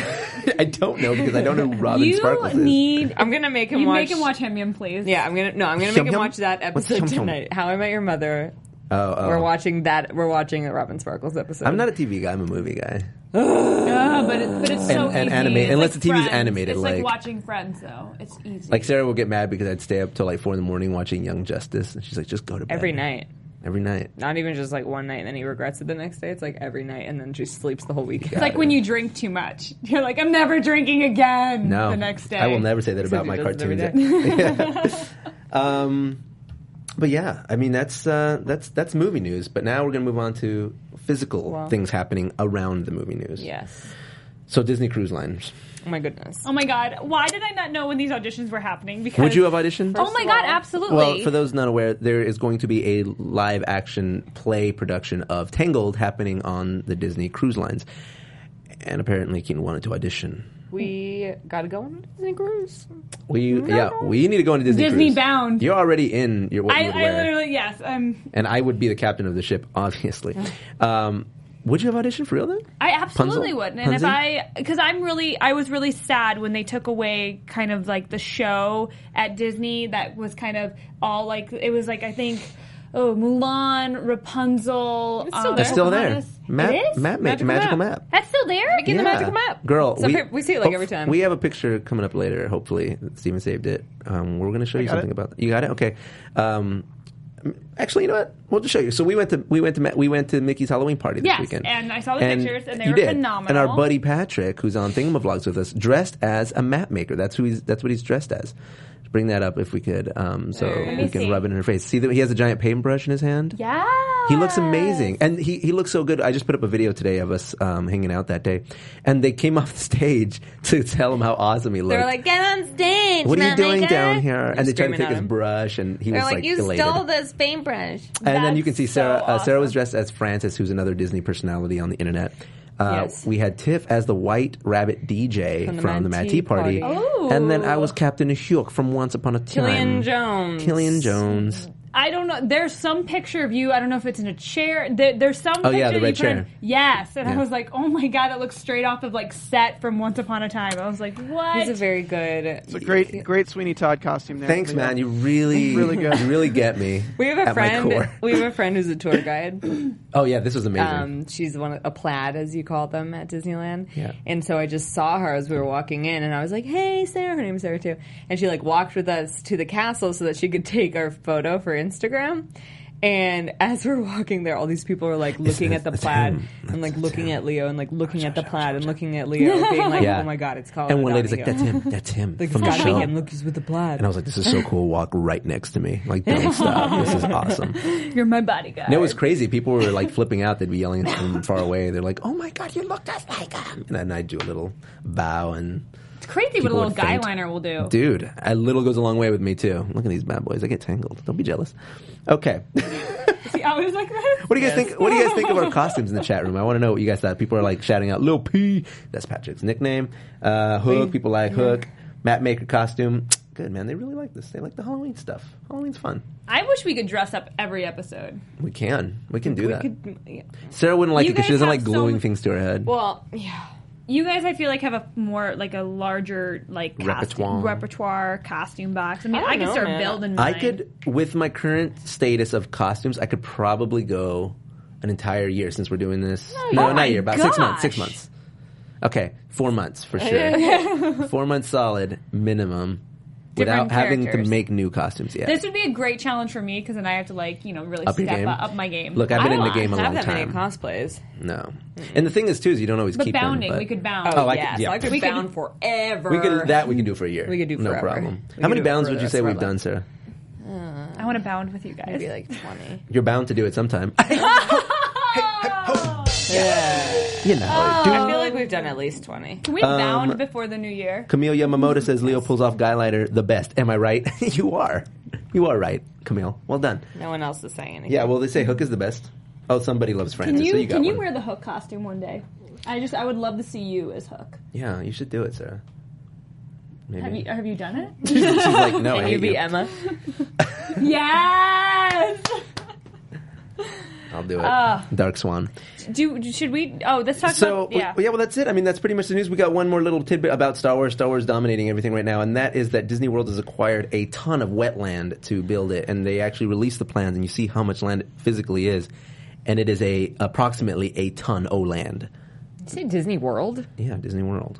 I don't know because I don't know who Robin Sparkles You is. need. I'm gonna make him You watch. make him watch Hemium, please. Yeah, I'm gonna no, I'm gonna Yum, make him yum. watch that What's episode yum, yum? tonight. How I Met Your Mother. oh, oh. We're watching that. We're watching the Robin Sparkles episode. I'm not a TV guy. I'm a movie guy. Ah, but it's but it's so and easy. anime- It's unless like the TV's Friends. animated, It's like, like- watching Friends, though. It's easy. Like Sarah will get mad because I'd stay up till like four in the morning watching Young Justice, and she's like, "Just go to bed every night. Every night. Not even just like one night, and then he regrets it the next day. It's like every night, and then she sleeps the whole weekend. it's like when you drink too much. You're like, I'm never drinking again. No, The next day, I will never say that about he my does it every cartoons. Yeah. um, but yeah, I mean that's uh, that's that's movie news. But now we're gonna move on to physical Wow. things happening around the movie news. yes. So Disney Cruise Lines. Oh my goodness. Oh my god, why did I not know when these auditions were happening? Because Would you have auditioned? Oh my god, absolutely. Well, for those not aware, there is going to be a live action play production of Tangled happening on the Disney Cruise Lines. And apparently, Keaton wanted to audition. We gotta go on a Disney cruise. We yeah, we need to go on a Disney. Disney cruise. bound. You're already in your what I, you would I wear. literally yes. Um, and I would be the captain of the ship, obviously. um, would you have auditioned for real then? I absolutely Punzel? would. And if Punzi? I, because I'm really, I was really sad when they took away kind of like the show at Disney that was kind of all like, it was like, I think, oh, Mulan, Rapunzel. It's still there. It's still there. Map, it is? map, ma- Magical magical map. map. That's still there? Get Yeah. girl. So here- we see it, like, every time. We have a picture coming up later. Hopefully, Steven saved it. Um, we're going to show you got something it. about that. You got it. Okay. Um, actually, you know what? We'll just show you. So we went to we went to Ma- we went to Mickey's Halloween party this Yes, weekend, and I saw the pictures, and they you were did. And phenomenal. our buddy Patrick, who's on Thingamavlogs with us, dressed as a map maker. That's who he's. That's what he's dressed as. Bring that up if we could, um, so Let we me can see. rub it in her face. See that he has a giant paintbrush in his hand. Yeah. He looks amazing, and he, he looks so good. I just put up a video today of us um, hanging out that day, and they came off the stage to tell him how awesome he looked. They're like, get on stage. "What are you Matt doing Maker." down here?" They're and they tried to screaming take at his him. brush, and he They're was like, like, you elated. stole this paintbrush. and then you can That's see Sarah. so uh, Sarah was awesome. dressed as Frances, who's another Disney personality on the internet. Uh, Yes. We had Tiff as the White Rabbit DJ from the, Mad Tea Party, Party. and then I was Captain Hook from Once Upon a Time. Killian Jones. Killian Jones. I don't know. There's some picture of you. I don't know if it's in a chair. There, there's some. Oh, picture yeah, the that red you put in- chair. Yes, and Yeah. I was like, oh my god, that looks straight off of like set from Once Upon a Time. I was like, what? He's a very good. It's a great, great Sweeney Todd costume there. Thanks, man. You really, Really good. You really get me. We have a at my friend. core. We have a friend who's a tour guide. Oh yeah, this was amazing. Um, she's one of, a plaid, as you call them at Disneyland. Yeah. And so I just saw her as we were walking in, and I was like, "Hey, Sarah." Her name's Sarah too. And she like walked with us to the castle so that she could take our photo for Instagram. And as we're walking there, all these people are like looking at the it's plaid him. and like looking at Leo and like looking at the plaid and looking at Leo, being like, Yeah. "Oh my god, it's called." And one lady's like, "That's him. That's him Like, from the it's gotta show." be him. Look, he's with the plaid. And I was like, "This is so cool. Walk right next to me. Like, don't stop. This is awesome." You're my bodyguard. And it was crazy. People were like flipping out. They'd be yelling from far away. They're like, "Oh my god, you look just like him!" And then I do a little bow and. It's crazy what a People little would guy faint. liner will do. Dude, a little goes a long way with me too. Look at these bad boys. I get tangled. Don't be jealous. Okay. See, I was like that. What do you guys think? What do you guys think of our costumes in the chat room? I want to know what you guys thought. People are like shouting out "Lil P." That's Patrick's nickname. Uh, Hook. People like Hook. Matt Maker costume. Good man. They really like this. They like the Halloween stuff. Halloween's fun. I wish we could dress up every episode. We can. We can do that. Could- yeah. Sarah wouldn't like You it because she guys doesn't have like gluing so- things to her head. Well, yeah. You guys, I feel like have a more like a larger like costume- Repertoire. repertoire costume box. I mean, don't I, could know, start man. building. I Mine. could, with my current status of costumes, I could probably go an entire year since we're doing this. No, Oh not my a year, about six months. Six gosh. months. Okay, four months for sure. four months solid minimum, without Different having to characters. make new costumes yet. This would be a great challenge for me because then I have to like you know really Up your step game. up, up my game. Look, I've I been in don't the game a have long that many time. cosplays. no, Mm. and the thing is too is you don't always but keep bounding, them. but- we could bound. Oh, I could- yes, yeah. I could We could- bound forever. We could that we can do for a year. We could do no forever. problem. We How could many do it bounds for would the you say we've rest of our done, lives. Sarah? I want to bound with you guys. Maybe like twenty. You're bound to do it sometime. Yeah. Oh. you know, dude. I feel like we've done at least twenty. Can we Um, bound before the new year? Camille Yamamoto says Leo pulls off Guyliner the best. Am I right? you are. You are right, Camille. Well done. No one else is saying anything. Yeah, well, they say Hook is the best. Oh, somebody loves Francis. Can you, so you got can you one. wear the Hook costume one day? I just I would love to see you as Hook. yeah, you should do it, Sarah. Have Maybe. you have you done it? She's like, no, I Can you hate be you. Emma? yes. I'll do it. Ah. Dark Swan. Do should we? Oh, let's talk So, about yeah. well, that's it. I mean, that's pretty much the news. We got one more little tidbit about Star Wars. Star Wars dominating everything right now, and that is that Disney World has acquired a ton of wetland to build it, and they actually released the plans, and you see how much land it physically is, and it is a approximately a ton o land. Did you say Disney World? Yeah, Disney World.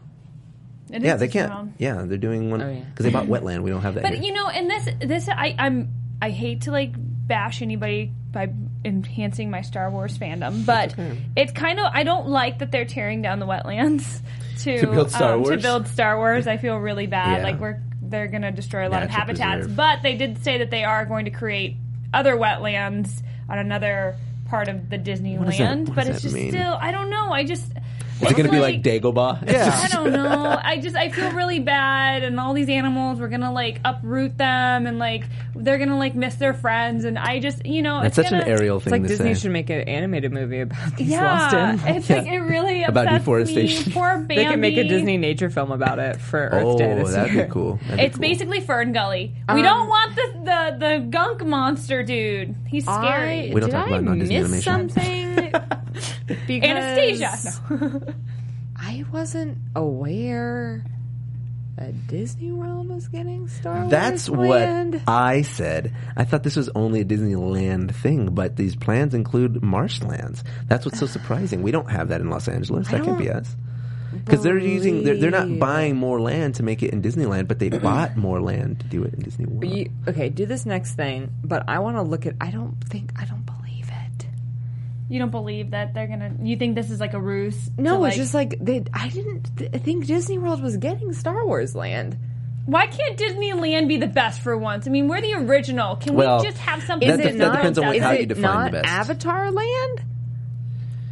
It Yeah, is they just can't. wrong. Yeah, they're doing one Oh, yeah. because they bought wetland. We don't have that. But here. you know, and this this I I'm I hate to like bash anybody by enhancing my Star Wars fandom, but it's kind of I don't like that they're tearing down the wetlands to, um, To build Star to Wars? build Star Wars. I feel really bad. Yeah. Like we're they're going to destroy a lot of Natural habitats, preserve. but they did say that they are going to create other wetlands on another part of the does that- Disneyland. what but does that it's just mean? still I don't know. I just is it going to be like Dagobah? I don't know. I just I feel really bad, and all these animals we're gonna like uproot them, and like they're gonna like miss their friends, and I just you know That's it's such gonna, an aerial thing It's like to Disney say. should make an animated movie about these lost Yeah, animals. it's like it really About upsets deforestation. Me. Poor Bambi. They can make a Disney nature film about it for Earth oh, Day this that'd year. be cool. That'd be It's cool. basically Fern Gully. We Um, don't want the, the the gunk monster dude. He's I, scary. We don't did talk I about non-Disney miss animation. something? because Anastasia. No. I wasn't aware that Disney Realm was getting Star Wars. That's planned. what I said. I thought this was only a Disneyland thing, but these plans include marshlands. That's what's so surprising. We don't have that in Los Angeles. That can't be us. Because they're using, they're, they're not believe- buying more land to make it in Disneyland, but they bought more land to do it in Disney World. You, okay, do this next thing, but I want to look at. I don't think I don't believe it. You don't believe that they're gonna? You think this is like a ruse? No, to, like, it's just like they. I didn't th- think Disney World was getting Star Wars Land. why can't Disneyland be the best for once? I mean, we're the original. Can Well, we just have something? Is That- Is that- it that not? depends on what- is how you it define the not best. Avatar Land?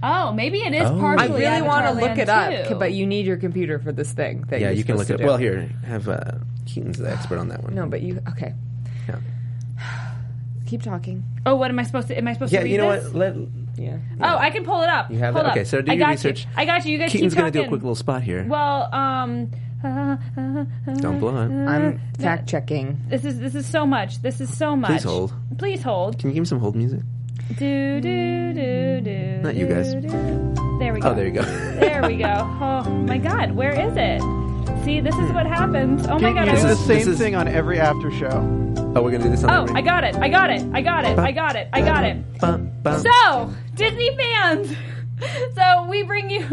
Oh, maybe it is Oh. I partially. really want to Avatar look it Land, up, too. but you need your computer for this thing. That yeah, you're you can supposed look to it up. do. Well, here, have uh, Keaton's the expert on that one. No, but you okay? Yeah. Keep talking. Oh, what am I supposed to? Am I supposed Yeah, to? Read you know this? what? Let, Yeah. Oh, I can pull it up. You have Hold that? up. Okay, Sarah, do I your got research. You. I got you. You guys Keaton's keep going to talking. do a quick little spot here. Well, um, uh, uh, uh, Don't blow it. I'm fact checking. this is this is so much. This is so much. Please hold. Please hold. Can you give him some hold music? Do do do do. Not you guys. There we go. Oh, there you go. There we go. Oh my God, where is it? See, this Hmm. is what happens. Oh my God, I You do the was. same this is- thing on every after show. Oh, we're going to do this on Oh, every- I got it. I got it. I got it. I got it. I got it. Bum, bum. So, Disney fans. So we bring you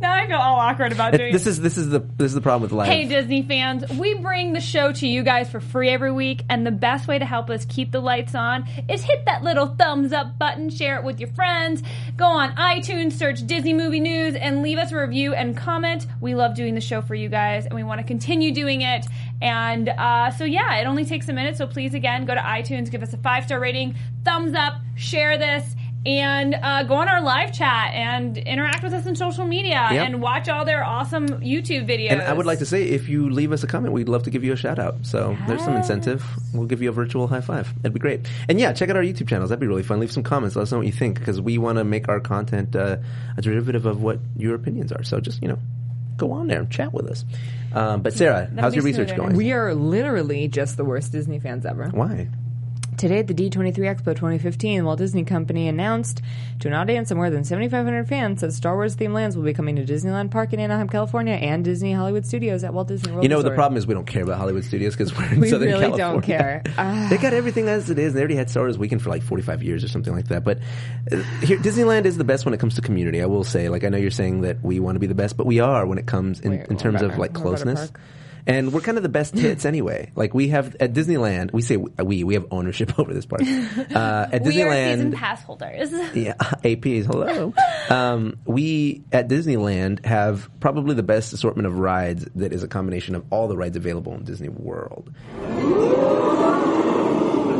now I feel all awkward about doing This is this is the this is the problem with life. Hey, Disney fans, we bring the show to you guys for free every week, and the best way to help us keep the lights on is hit that little thumbs up button, share it with your friends, go on iTunes, search Disney Movie News, and leave us a review and comment. We love doing the show for you guys, and we want to continue doing it. And uh, so, yeah, it only takes a minute, so please, again, go to iTunes, give us a five star rating, thumbs up, share this and uh, go on our live chat and interact with us on social media Yep. and watch all their awesome YouTube videos. and I would like to say, if you leave us a comment, we'd love to give you a shout out. So there's some incentive. We'll give you a virtual high five. That'd be great. And yeah, check out our YouTube channels. That'd be really fun. Leave some comments. Let us know what you think because we want to make our content uh, a derivative of what your opinions are. So just you know, go on there and chat with us. Um, but Sarah, how's be your research smoother. going? We are literally just the worst Disney fans ever. Why? Today at the D23 Expo 2015, Walt Disney Company announced to an audience of more than 7,500 fans that Star Wars themed lands will be coming to Disneyland Park in Anaheim, California, and Disney Hollywood Studios at Walt Disney World. You know, the Resort. problem is we don't care about Hollywood studios because we're in We Southern really California. don't care. Ah. they got everything as it is. and They already had Star Wars Weekend for like 45 years or something like that. But uh, here, Disneyland is the best when it comes to community, I will say. Like, I know you're saying that we want to be the best, but we are when it comes in, We're- in terms we're of better. like We're a better closeness. park. And we're kind of the best hits anyway. Like we have at Disneyland, we say we we have ownership over this park. Uh, at we are Disneyland, season pass holders. yeah, APs, hello. um, we at Disneyland have probably the best assortment of rides that is a combination of all the rides available in Disney World.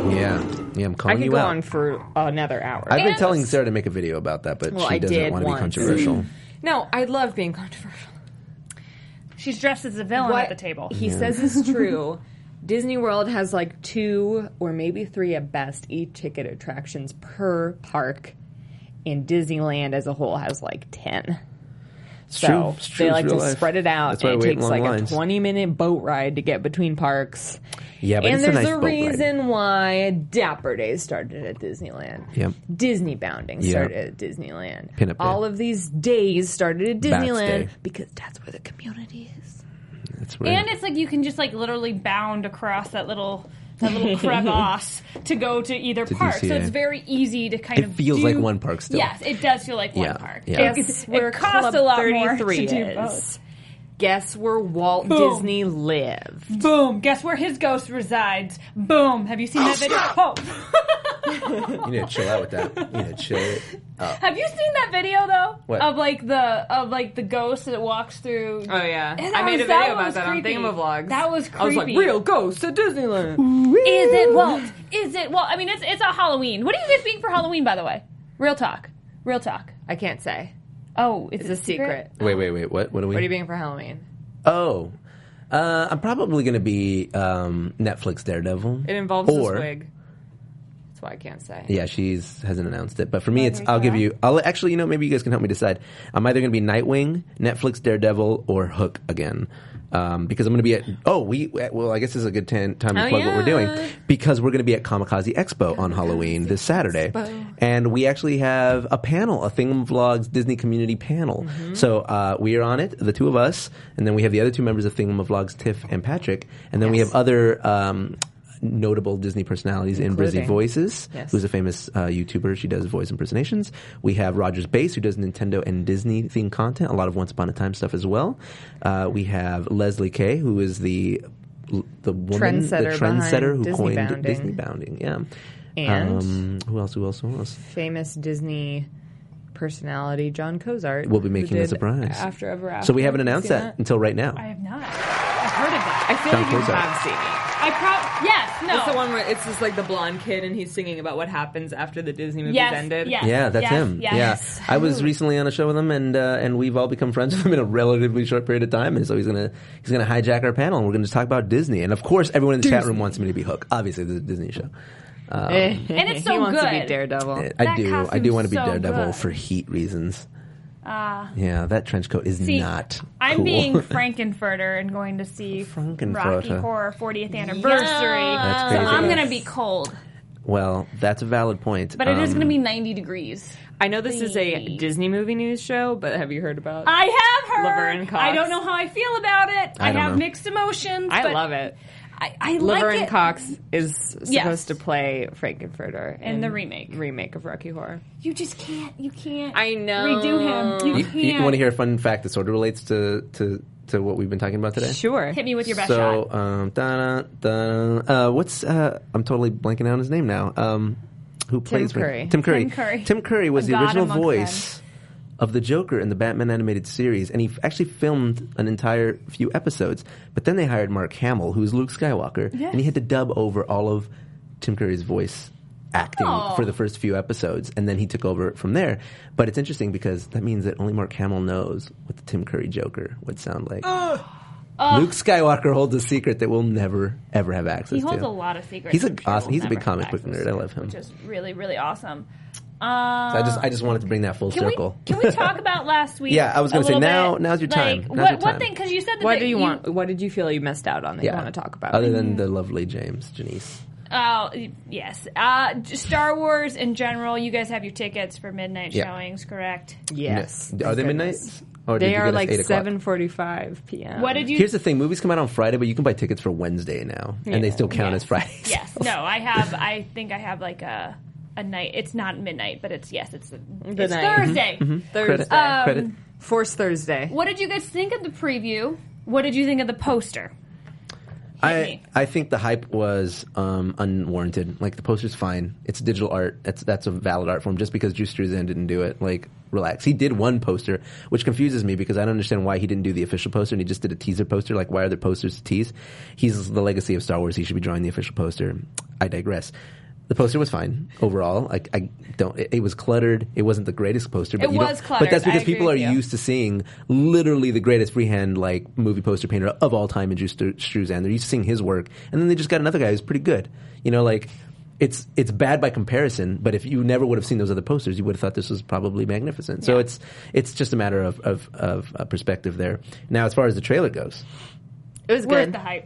Yeah, yeah, I'm I calling could you go out. on for another hour. I've been Yes. telling Sarah to make a video about that, but Well, she I doesn't did want to be once. controversial. no, I love being controversial. She's dressed as a villain What at the table. He says is true. Disney World has like two or maybe three at best e-ticket attractions per park, and Disneyland as a whole has like ten. It's So true. It's true. they It's like to real life. spread it out. That's why and we it wait in takes long like lines. a twenty-minute boat ride to get between parks. Yeah, but and it's a there's nice a boat ride. reason why Dapper Days started at Disneyland. Yep. Disney Bounding Yep. started at Disneyland. Pinup Day. All of these days started at Bats Day. Disneyland because that's where the community is. That's right. And it's like you can just like literally bound across that little that little crevasse to go to either park. So DCA. it's very easy to kind It of feels do- like one park still. Yes, it does feel like one Yeah, park. yeah. It- Guess it, where costs Club a lot more 33 to do is. both. Guess where Walt Boom. Disney lived? Boom! Guess where his ghost resides? Boom! Have you seen that video? Oh. you need to chill out with that. You need to chill. it out. Have you seen that video though? What? Of like the of like the ghost that walks through. Oh yeah, And I that made was- a video that about was that creepy. on Thingamavlogs. That was I was like, creepy. real ghosts at Disneyland. Is it Walt? Is it Walt? I mean, it's it's a Halloween. What are you guys being for Halloween, by the way? Real talk. Real talk. I can't say. Oh, it's, It's a secret. Wait, wait, wait. What? What are we? What are you being for Halloween? Oh. Uh, I'm probably going to be um, Netflix Daredevil. It involves or, this wig. That's why I can't say. Yeah, she's hasn't announced it. But for me, it's I'll give you. I'll actually, you know, maybe you guys can help me decide. I'm either going to be Nightwing, Netflix Daredevil, or Hook again. Um, because I'm going to be at. Oh, we. Well, I guess this is a good tan- time to Oh, plug what we're doing yeah. because we're going to be at Kamikaze Expo on Halloween this Saturday, and we actually have a panel, a Thing Vlogs Disney Community panel. Mm-hmm. So uh, we are on it, the two of us, and then we have the other two members of Thing Vlogs, Tiff and Patrick, and then we have other. Um, Notable Disney personalities in Brizzy Including- Voices, Yes. who's a famous uh, YouTuber. She does voice impersonations. We have Rogers Bass, who does Nintendo and Disney themed content, a lot of Once Upon a Time stuff as well. Uh, we have Leslie Kay, who is the the woman, Trendsetter the trendsetter who behind Disney coined bounding. Disney bounding. Yeah. And? um, who else? Who else? Who else? Famous Disney personality John Cozart We'll be who making a did surprise. After Ever After. So we haven't Have you announced seen that, until right now. I have not. I've heard of that. I feel John like you Cozart. have seen it. I pro- yes, no. It's the one where it's just like the blonde kid and he's singing about what happens after the Disney movies Yes, ended. yes. yeah, that's Yes, him. yes. Yes. Yeah, I was recently on a show with him, and uh, and we've all become friends with him in a relatively short period of time. And so he's gonna he's gonna hijack our panel, and we're gonna just talk about Disney. And of course, everyone in the chat room wants me to be Hook. Obviously, the Disney show. Oh. and it's he so wants to be good. Daredevil. I That do I do costume's want to be so Daredevil good. for heat reasons. Ah, yeah, that trench coat is See, not. I'm cool. being Frankenfurter and going to see Frankenfurter. Rocky Horror 40th anniversary. That's So crazy. I'm going to be cold, well, that's a valid point. but it is Um, going to be 90 degrees. I know this is a Please. Um, Disney movie news show, but have you heard about? I have heard. Laverne Cox. I don't know how I feel about it. I I, don't have know. mixed emotions. I but love it. I, I Liver like and it Cox is supposed Yes. to play Frankenfurter in the remake. remake of Rocky Horror. You just can't. You can't. I know. Redo him. You, You, can't. want to hear a fun fact that sort of relates to, to, to what we've been talking about today? Sure. Hit me with your best so, shot. um, da da da. Uh, what's uh, I'm totally blanking out on his name now. Um, who plays Ren- Curry. Tim Curry. Tim Curry. Tim Curry was A the god original amongst voice of the Joker in the Batman animated series, and he f- actually filmed an entire few episodes. But then they hired Mark Hamill, who's Luke Skywalker, Yes. and he had to dub over all of Tim Curry's voice acting Oh. for the first few episodes, and then he took over from there. But it's interesting because that means that only Mark Hamill knows what the Tim Curry Joker would sound Oh, like. Uh, Luke Skywalker holds a secret that we'll never ever have access to. He holds a lot of secrets. He's a I'm sure awesome- we'll he's a big never have comic book access nerd. to, I love him. Which is really, really awesome. Um, I just I just wanted to bring that full Can we, circle. can we talk about last week? Yeah, I was gonna a say, little now- bit? now's your time. Now's Like, what, your what time. thing? Because you said that What the- do you, want? What did you feel you missed out on that yeah. you want to talk about? Other than the lovely James Janice. Oh yes, uh, j- Star Wars in general. You guys have your tickets for midnight Yeah. showings, correct? yes, Are they midnight? Or did They you are get us like 8 o'clock? seven forty-five p.m. What did you? Here's the thing: movies come out on Friday, but you can buy tickets for Wednesday now, and they still count as Fridays. yes, no, I have. I think I have like a a night. It's not midnight, but it's yes, it's, it's night. Thursday. Mm-hmm. Thursday? Credit. um, Credit. Force Thursday. What did you guys think of the preview? What did you think of the poster? I me. I think the hype was um, unwarranted. Like the poster's fine. It's digital art. That's that's a valid art form. Just because Juice Struzan didn't do it, like relax. He did one poster, which confuses me because I don't understand why he didn't do the official poster and he just did a teaser poster. Like why are there posters to tease? He's the legacy of Star Wars. He should be drawing the official poster. I digress. The poster was fine overall. I, I don't. It, it was cluttered. It wasn't the greatest poster. But It you don't- was But that's cluttered. I because people agree are with you. used to seeing literally the greatest freehand like movie poster painter of all time in Drew Stru- Struzan. They're used to seeing his work, and then they just got another guy who's pretty good. You know, like it's it's bad by comparison. But if you never would have seen those other posters, you would have thought this was probably magnificent. So it's it's just a matter of of, of uh, perspective there. Now, as far as the trailer goes, It was Worth good. the hype.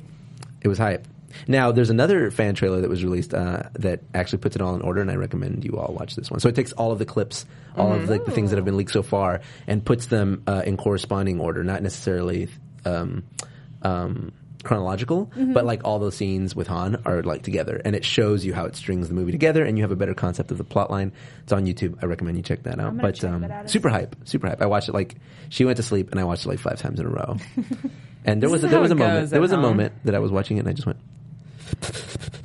it was hype. Now, there's another fan trailer that was released uh, that actually puts it all in order, and I recommend you all watch this one. So it takes all of the clips, all of like the things that have been leaked so far, and puts them uh, in corresponding order, not necessarily um, um, chronological, Mm-hmm. but like all those scenes with Han are like together, and it shows you how it strings the movie together, and you have a better concept of the plot line. It's on YouTube. I recommend you check that out. But check um, that out. super hype, super hype. I watched it like she went to sleep, and I watched it like five times in a row. And there was a, is there how was a it moment goes there at was a home. moment that I was watching it and I just went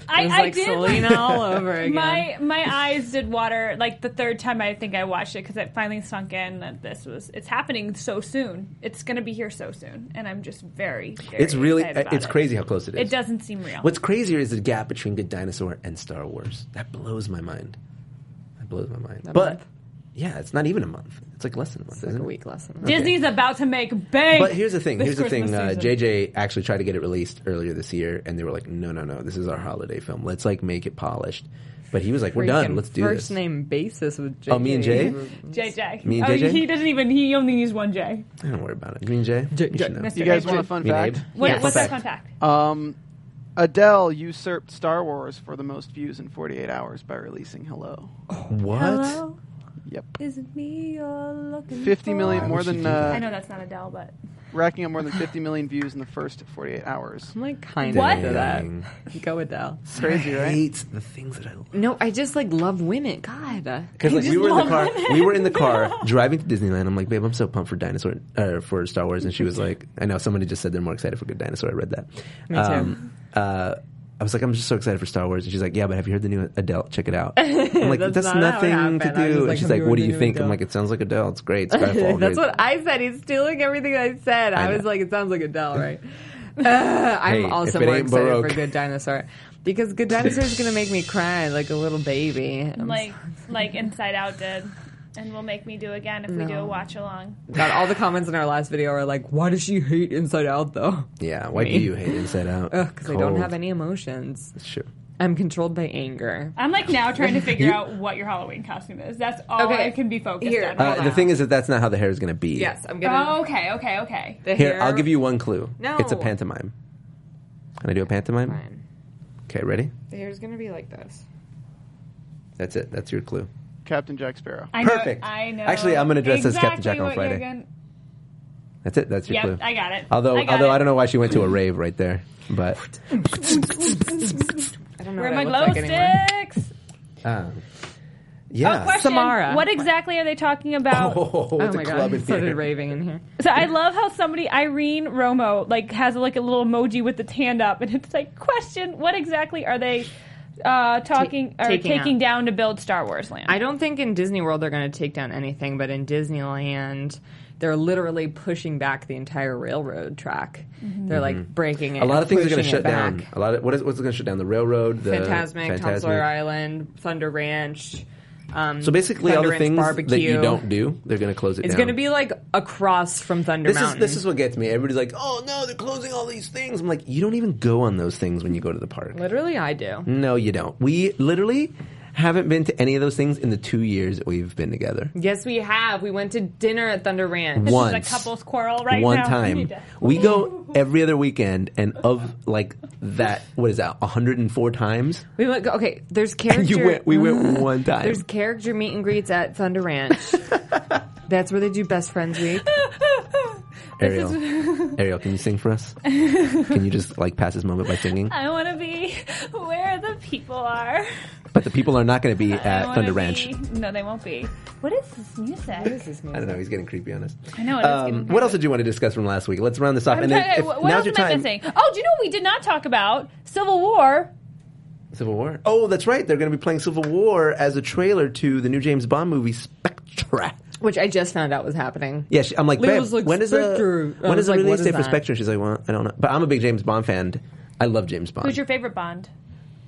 I, It was I like did. Selena all over again. My my eyes did water like the third time I think I watched it because it finally sunk in that this was it's happening so soon. It's going to be here so soon, and I'm just very. very it's really excited about it's it. crazy how close it is. It doesn't seem real. What's crazier is the gap between Good Dinosaur and Star Wars. That blows my mind. That blows my mind. but month? yeah, it's not even a month. It's like less than a month, Like isn't a it? week lesson. Disney's about to make bank. But here's the thing. this Here's the thing. Christmas Uh, season. JJ actually tried to get it released earlier this year, and they were like, "No, no, no. This is our holiday film. Let's like make it polished." But he was like, "We're done. Let's do first this." name basis with J. Oh, me and Jay. JJ. Me and oh, JJ? he doesn't even. He only used one J. I don't worry about it. Me and Jay. you should know. Mr. You guys Abe. want a fun Me and fact? Abe. What, Yeah, What's fun that fact. fun fact? Um, Adele usurped Star Wars for the most views in 48 hours by releasing Hello. What? Hello, Yep. is it me you're looking 50 for? million more would she than do that? I uh, know that's not Adele, but racking up more than 50 million views in the first 48 hours. I'm like kind of What? into Dang. that. Go Adele. Crazy, I right? hate the things that I love. No, I just like love women. God. Because like we were in the love car, we were in the car driving to Disneyland. I'm like, babe, I'm so pumped for dinosaur uh, for Star Wars, and she was like, I know somebody just said they're more excited for Good Dinosaur. I read that. Me too. uh, I was like, I'm just so excited for Star Wars, and she's like, Yeah, but have you heard the new Adele? Check it out. I'm like, that's, That's not how it nothing happened. to I was just do. And like, she's "Have like, you heard What do the you new think? I'm Adele? like, It sounds like Adele. It's great. Skyfall. great. That's what I said. He's stealing everything I said. I, I was know. like, it sounds like Adele, right? Uh, I'm Hey, also if it more ain't excited Baroque. for Good Dinosaur because Good Dinosaur is going to make me cry like a little baby. I'm like like Inside Out did, and will make me do again if we do a watch along. God, all the comments in our last video are like, why does she hate Inside Out though? Yeah. Why do you hate Inside Out? Because I don't Cold. have any emotions. Sure. I'm controlled by anger. I'm like now trying to figure out what your Halloween costume is. That's all Okay, I can be focused here. on. Uh, The thing is that that's not how the hair is going to be. Yes, I'm going to. oh, okay, okay, okay. the Here, hair. I'll give you one clue. No. It's a pantomime. Can I do a pantomime? Fine. Okay, ready? The hair's going to be like this. That's it. That's your clue. Captain Jack Sparrow. I Perfect. Know, I know. Actually, I'm gonna dress as exactly Captain Jack on what you're Friday. gonna- That's it. That's your Yep, clue. I got it. Although, I got although it. I don't know why she went to a rave right there, but I don't know what Where are my I look glow like anymore. sticks? um, yeah. Question, Samara. What exactly are they talking about? Oh, Oh it's my a god! club I in started here. raving in here. So I love how somebody Irene Romo like has like a little emoji with its hand up, and it's like question: What exactly are they uh, talking or taking taking, out. down to build Star Wars Land? I don't think in Disney World they're going to take down anything, but in Disneyland, they're literally pushing back the entire railroad track. They're like breaking it. Mm-hmm. A lot of things are going to shut down. A lot of what is what's going to shut down? The railroad, the Fantasmic, Tom Fantasmic. Sawyer Island, Thunder Ranch. Um, So basically, all Thunder the Ranch things that barbecue. you don't do, they're going to close it It's down. going to be like across from Thunder This Mountain. is this is what gets me. Everybody's like, "Oh no, they're closing all these things." I'm like, "You don't even go on those things when you go to the park." literally I do. No, you don't. We literally haven't been to any of those things in the two years that we've been together. Yes, we have. We went to dinner at Thunder Ranch. Once, This is a couple's quarrel right one now. We time. need to- We go every other weekend, and of like that, what is that? 104 times. We went. Okay, there's character. You went. We went one time. There's character meet and greets at Thunder Ranch. That's where they do Best Friends Week. Ariel, Ariel, can you sing for us? Can you just like pass this moment by singing? I want to be where the people are. But the people are not going to be I at wanna Thunder be- Ranch. No, they won't be. What is this music? I don't know. He's getting creepy on us. I know, it is getting Um, creepy. what else did you want to discuss from last week? Let's round this off. I'm and then trying- if- what now's else your am I time. missing? Oh, do you know what we did not talk about? Civil War. Civil War. Oh, that's right. They're going to be playing Civil War as a trailer to the new James Bond movie Spectre. which I just found out was happening. Yeah, she, I'm like, Leo babe, was like, when is "Spectre." the I when was is the like, release what is date for that? Spectre? She's like, well, I don't know, but I'm a big James Bond fan. I love James Bond. Who's your favorite Bond?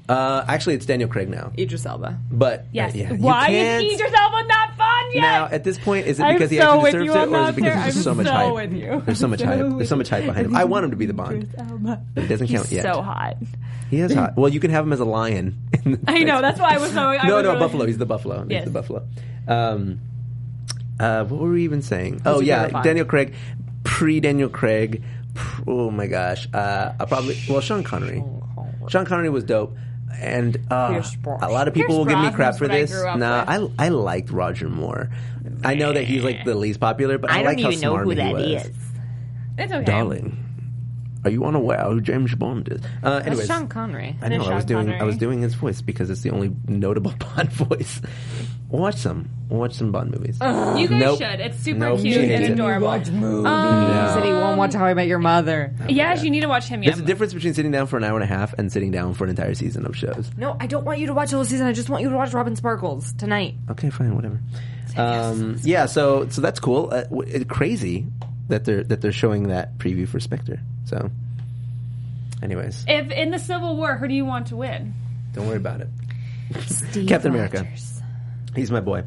uh, actually, it's Daniel Craig now, Idris Elba. but uh, Yes. yeah, you Why can't- is Idris Elba not Bond yet? Now, at this point, is it I'm because he so actually with deserves you it, or on is it that because there. there's just so I'm much so hype? with you. There's so much hype. There's so much hype behind him. I want him to be the Bond. But it doesn't count yet. So hot. He is hot. Well, you can have him as a lion. in the I know. That's why I was so. I no, was no, really- Buffalo. He's the Buffalo. He's Yes. the Buffalo. Um, uh, what were we even saying? oh your yeah, favorite Bond? Daniel Craig, pre Daniel Craig. pr- oh my gosh, uh, I probably well Sean Connery. Sean Connery was dope, and uh, Pierce a lot of people will give me Brosnan's crap for what I this. grew up Nah, I I liked Roger Moore. I know that he's like the least popular, but I, I like don't how even know who smarmy he that was. is. It's okay. Darling, are you unaware who James Bond is? Uh, That's anyways, Sean Connery. I know. It's I was Sean doing. I Connery. was doing his voice because it's the only notable Bond voice. Watch some. Watch some Bond movies. You guys Nope. should. It's super Nope, cute she hates and it. adorable. He said he won't watch How I Met Your Mother. Yes, you need to watch him. There's a yeah. difference between sitting down for an hour and a half and sitting down for an entire season of shows. No, I don't want you to watch the whole season. I just want you to watch Robin Sparkles tonight. Okay, fine, whatever. Um, yeah, so so that's cool. Uh, w- it, crazy that they're that they're showing that preview for Spectre. So, anyways, If in the Civil War, who do you want to win? don't worry about it. Captain America. He's my boy.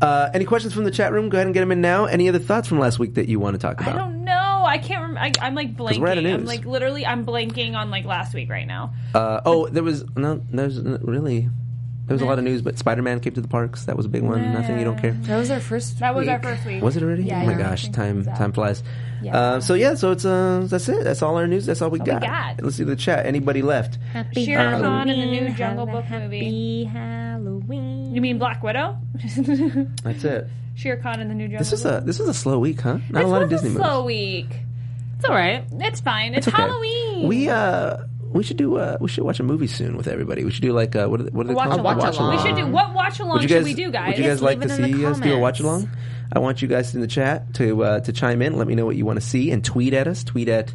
Uh, any questions from the chat room? Go ahead and get them in now. Any other thoughts from last week that you want to talk I about? don't know. I can't remember. I'm like blanking. we're out of I'm news. like literally. I'm blanking on like last week right now. Uh, oh, there was no. There's n- really. There was a lot of news, but Spider-Man came to the parks. That was a big one. Nothing. You don't care. That was our first. That was our first week. Was it already? Yeah, oh my yeah. gosh, I think time so. time flies. Uh, so yeah, so it's uh, that's it. That's all our news. That's all we, got. got. Let's see the chat. Anybody left? Sharon Khan in the new Jungle Book movie. Halloween. You mean Black Widow? That's it. Shere Khan in the new Jungle This is Book. a this is a slow week, huh? Not a This lot was of Disney a movies. slow week. It's all right. It's fine. It's, It's okay. Halloween. We uh we should do uh we should watch a movie soon with everybody. We should do like uh what are they, what are they watch called? along. We watch-along. should do what watch along Would you should guys, we do, guys? Would you guys Just like to leave it in the see us do a comments. watch along? I want you guys in the chat to uh, to chime in. Let me know what you want to see and tweet at us. Tweet at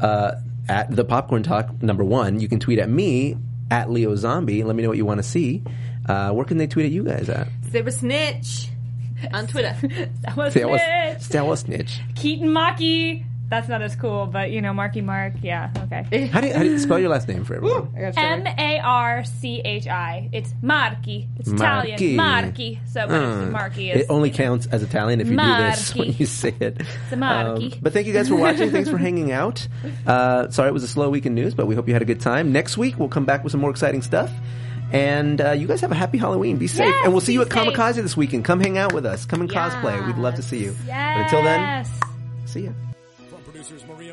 uh, at the popcorn talk number one. You can tweet at me at Leo Zombie and let me know what you want to see. Uh, where can they tweet at you guys at? They were snitch on Twitter. that was That was, it. that was snitch. Keaton Maki. That's not as cool, but you know, Marky Mark. Yeah, okay. How do, you, how do you spell your last name for everyone? M A R C H I. It's Marky. It's Marky. Mm. Italian. Marky. So but it's Marky is It only counts as Italian if you do this Marky. when you say it. Um, a marky. but thank you guys for watching. Thanks for hanging out. Uh, sorry it was a slow week in news, but we hope you had a good time. Next week we'll come back with some more exciting stuff. And uh, you guys have a happy Halloween. Be safe, Yes, and we'll see you at be safe. Kamikaze this weekend. Come hang out with us. Come and cosplay. We'd love to see you. But until then, Yes. see ya. From producers Maria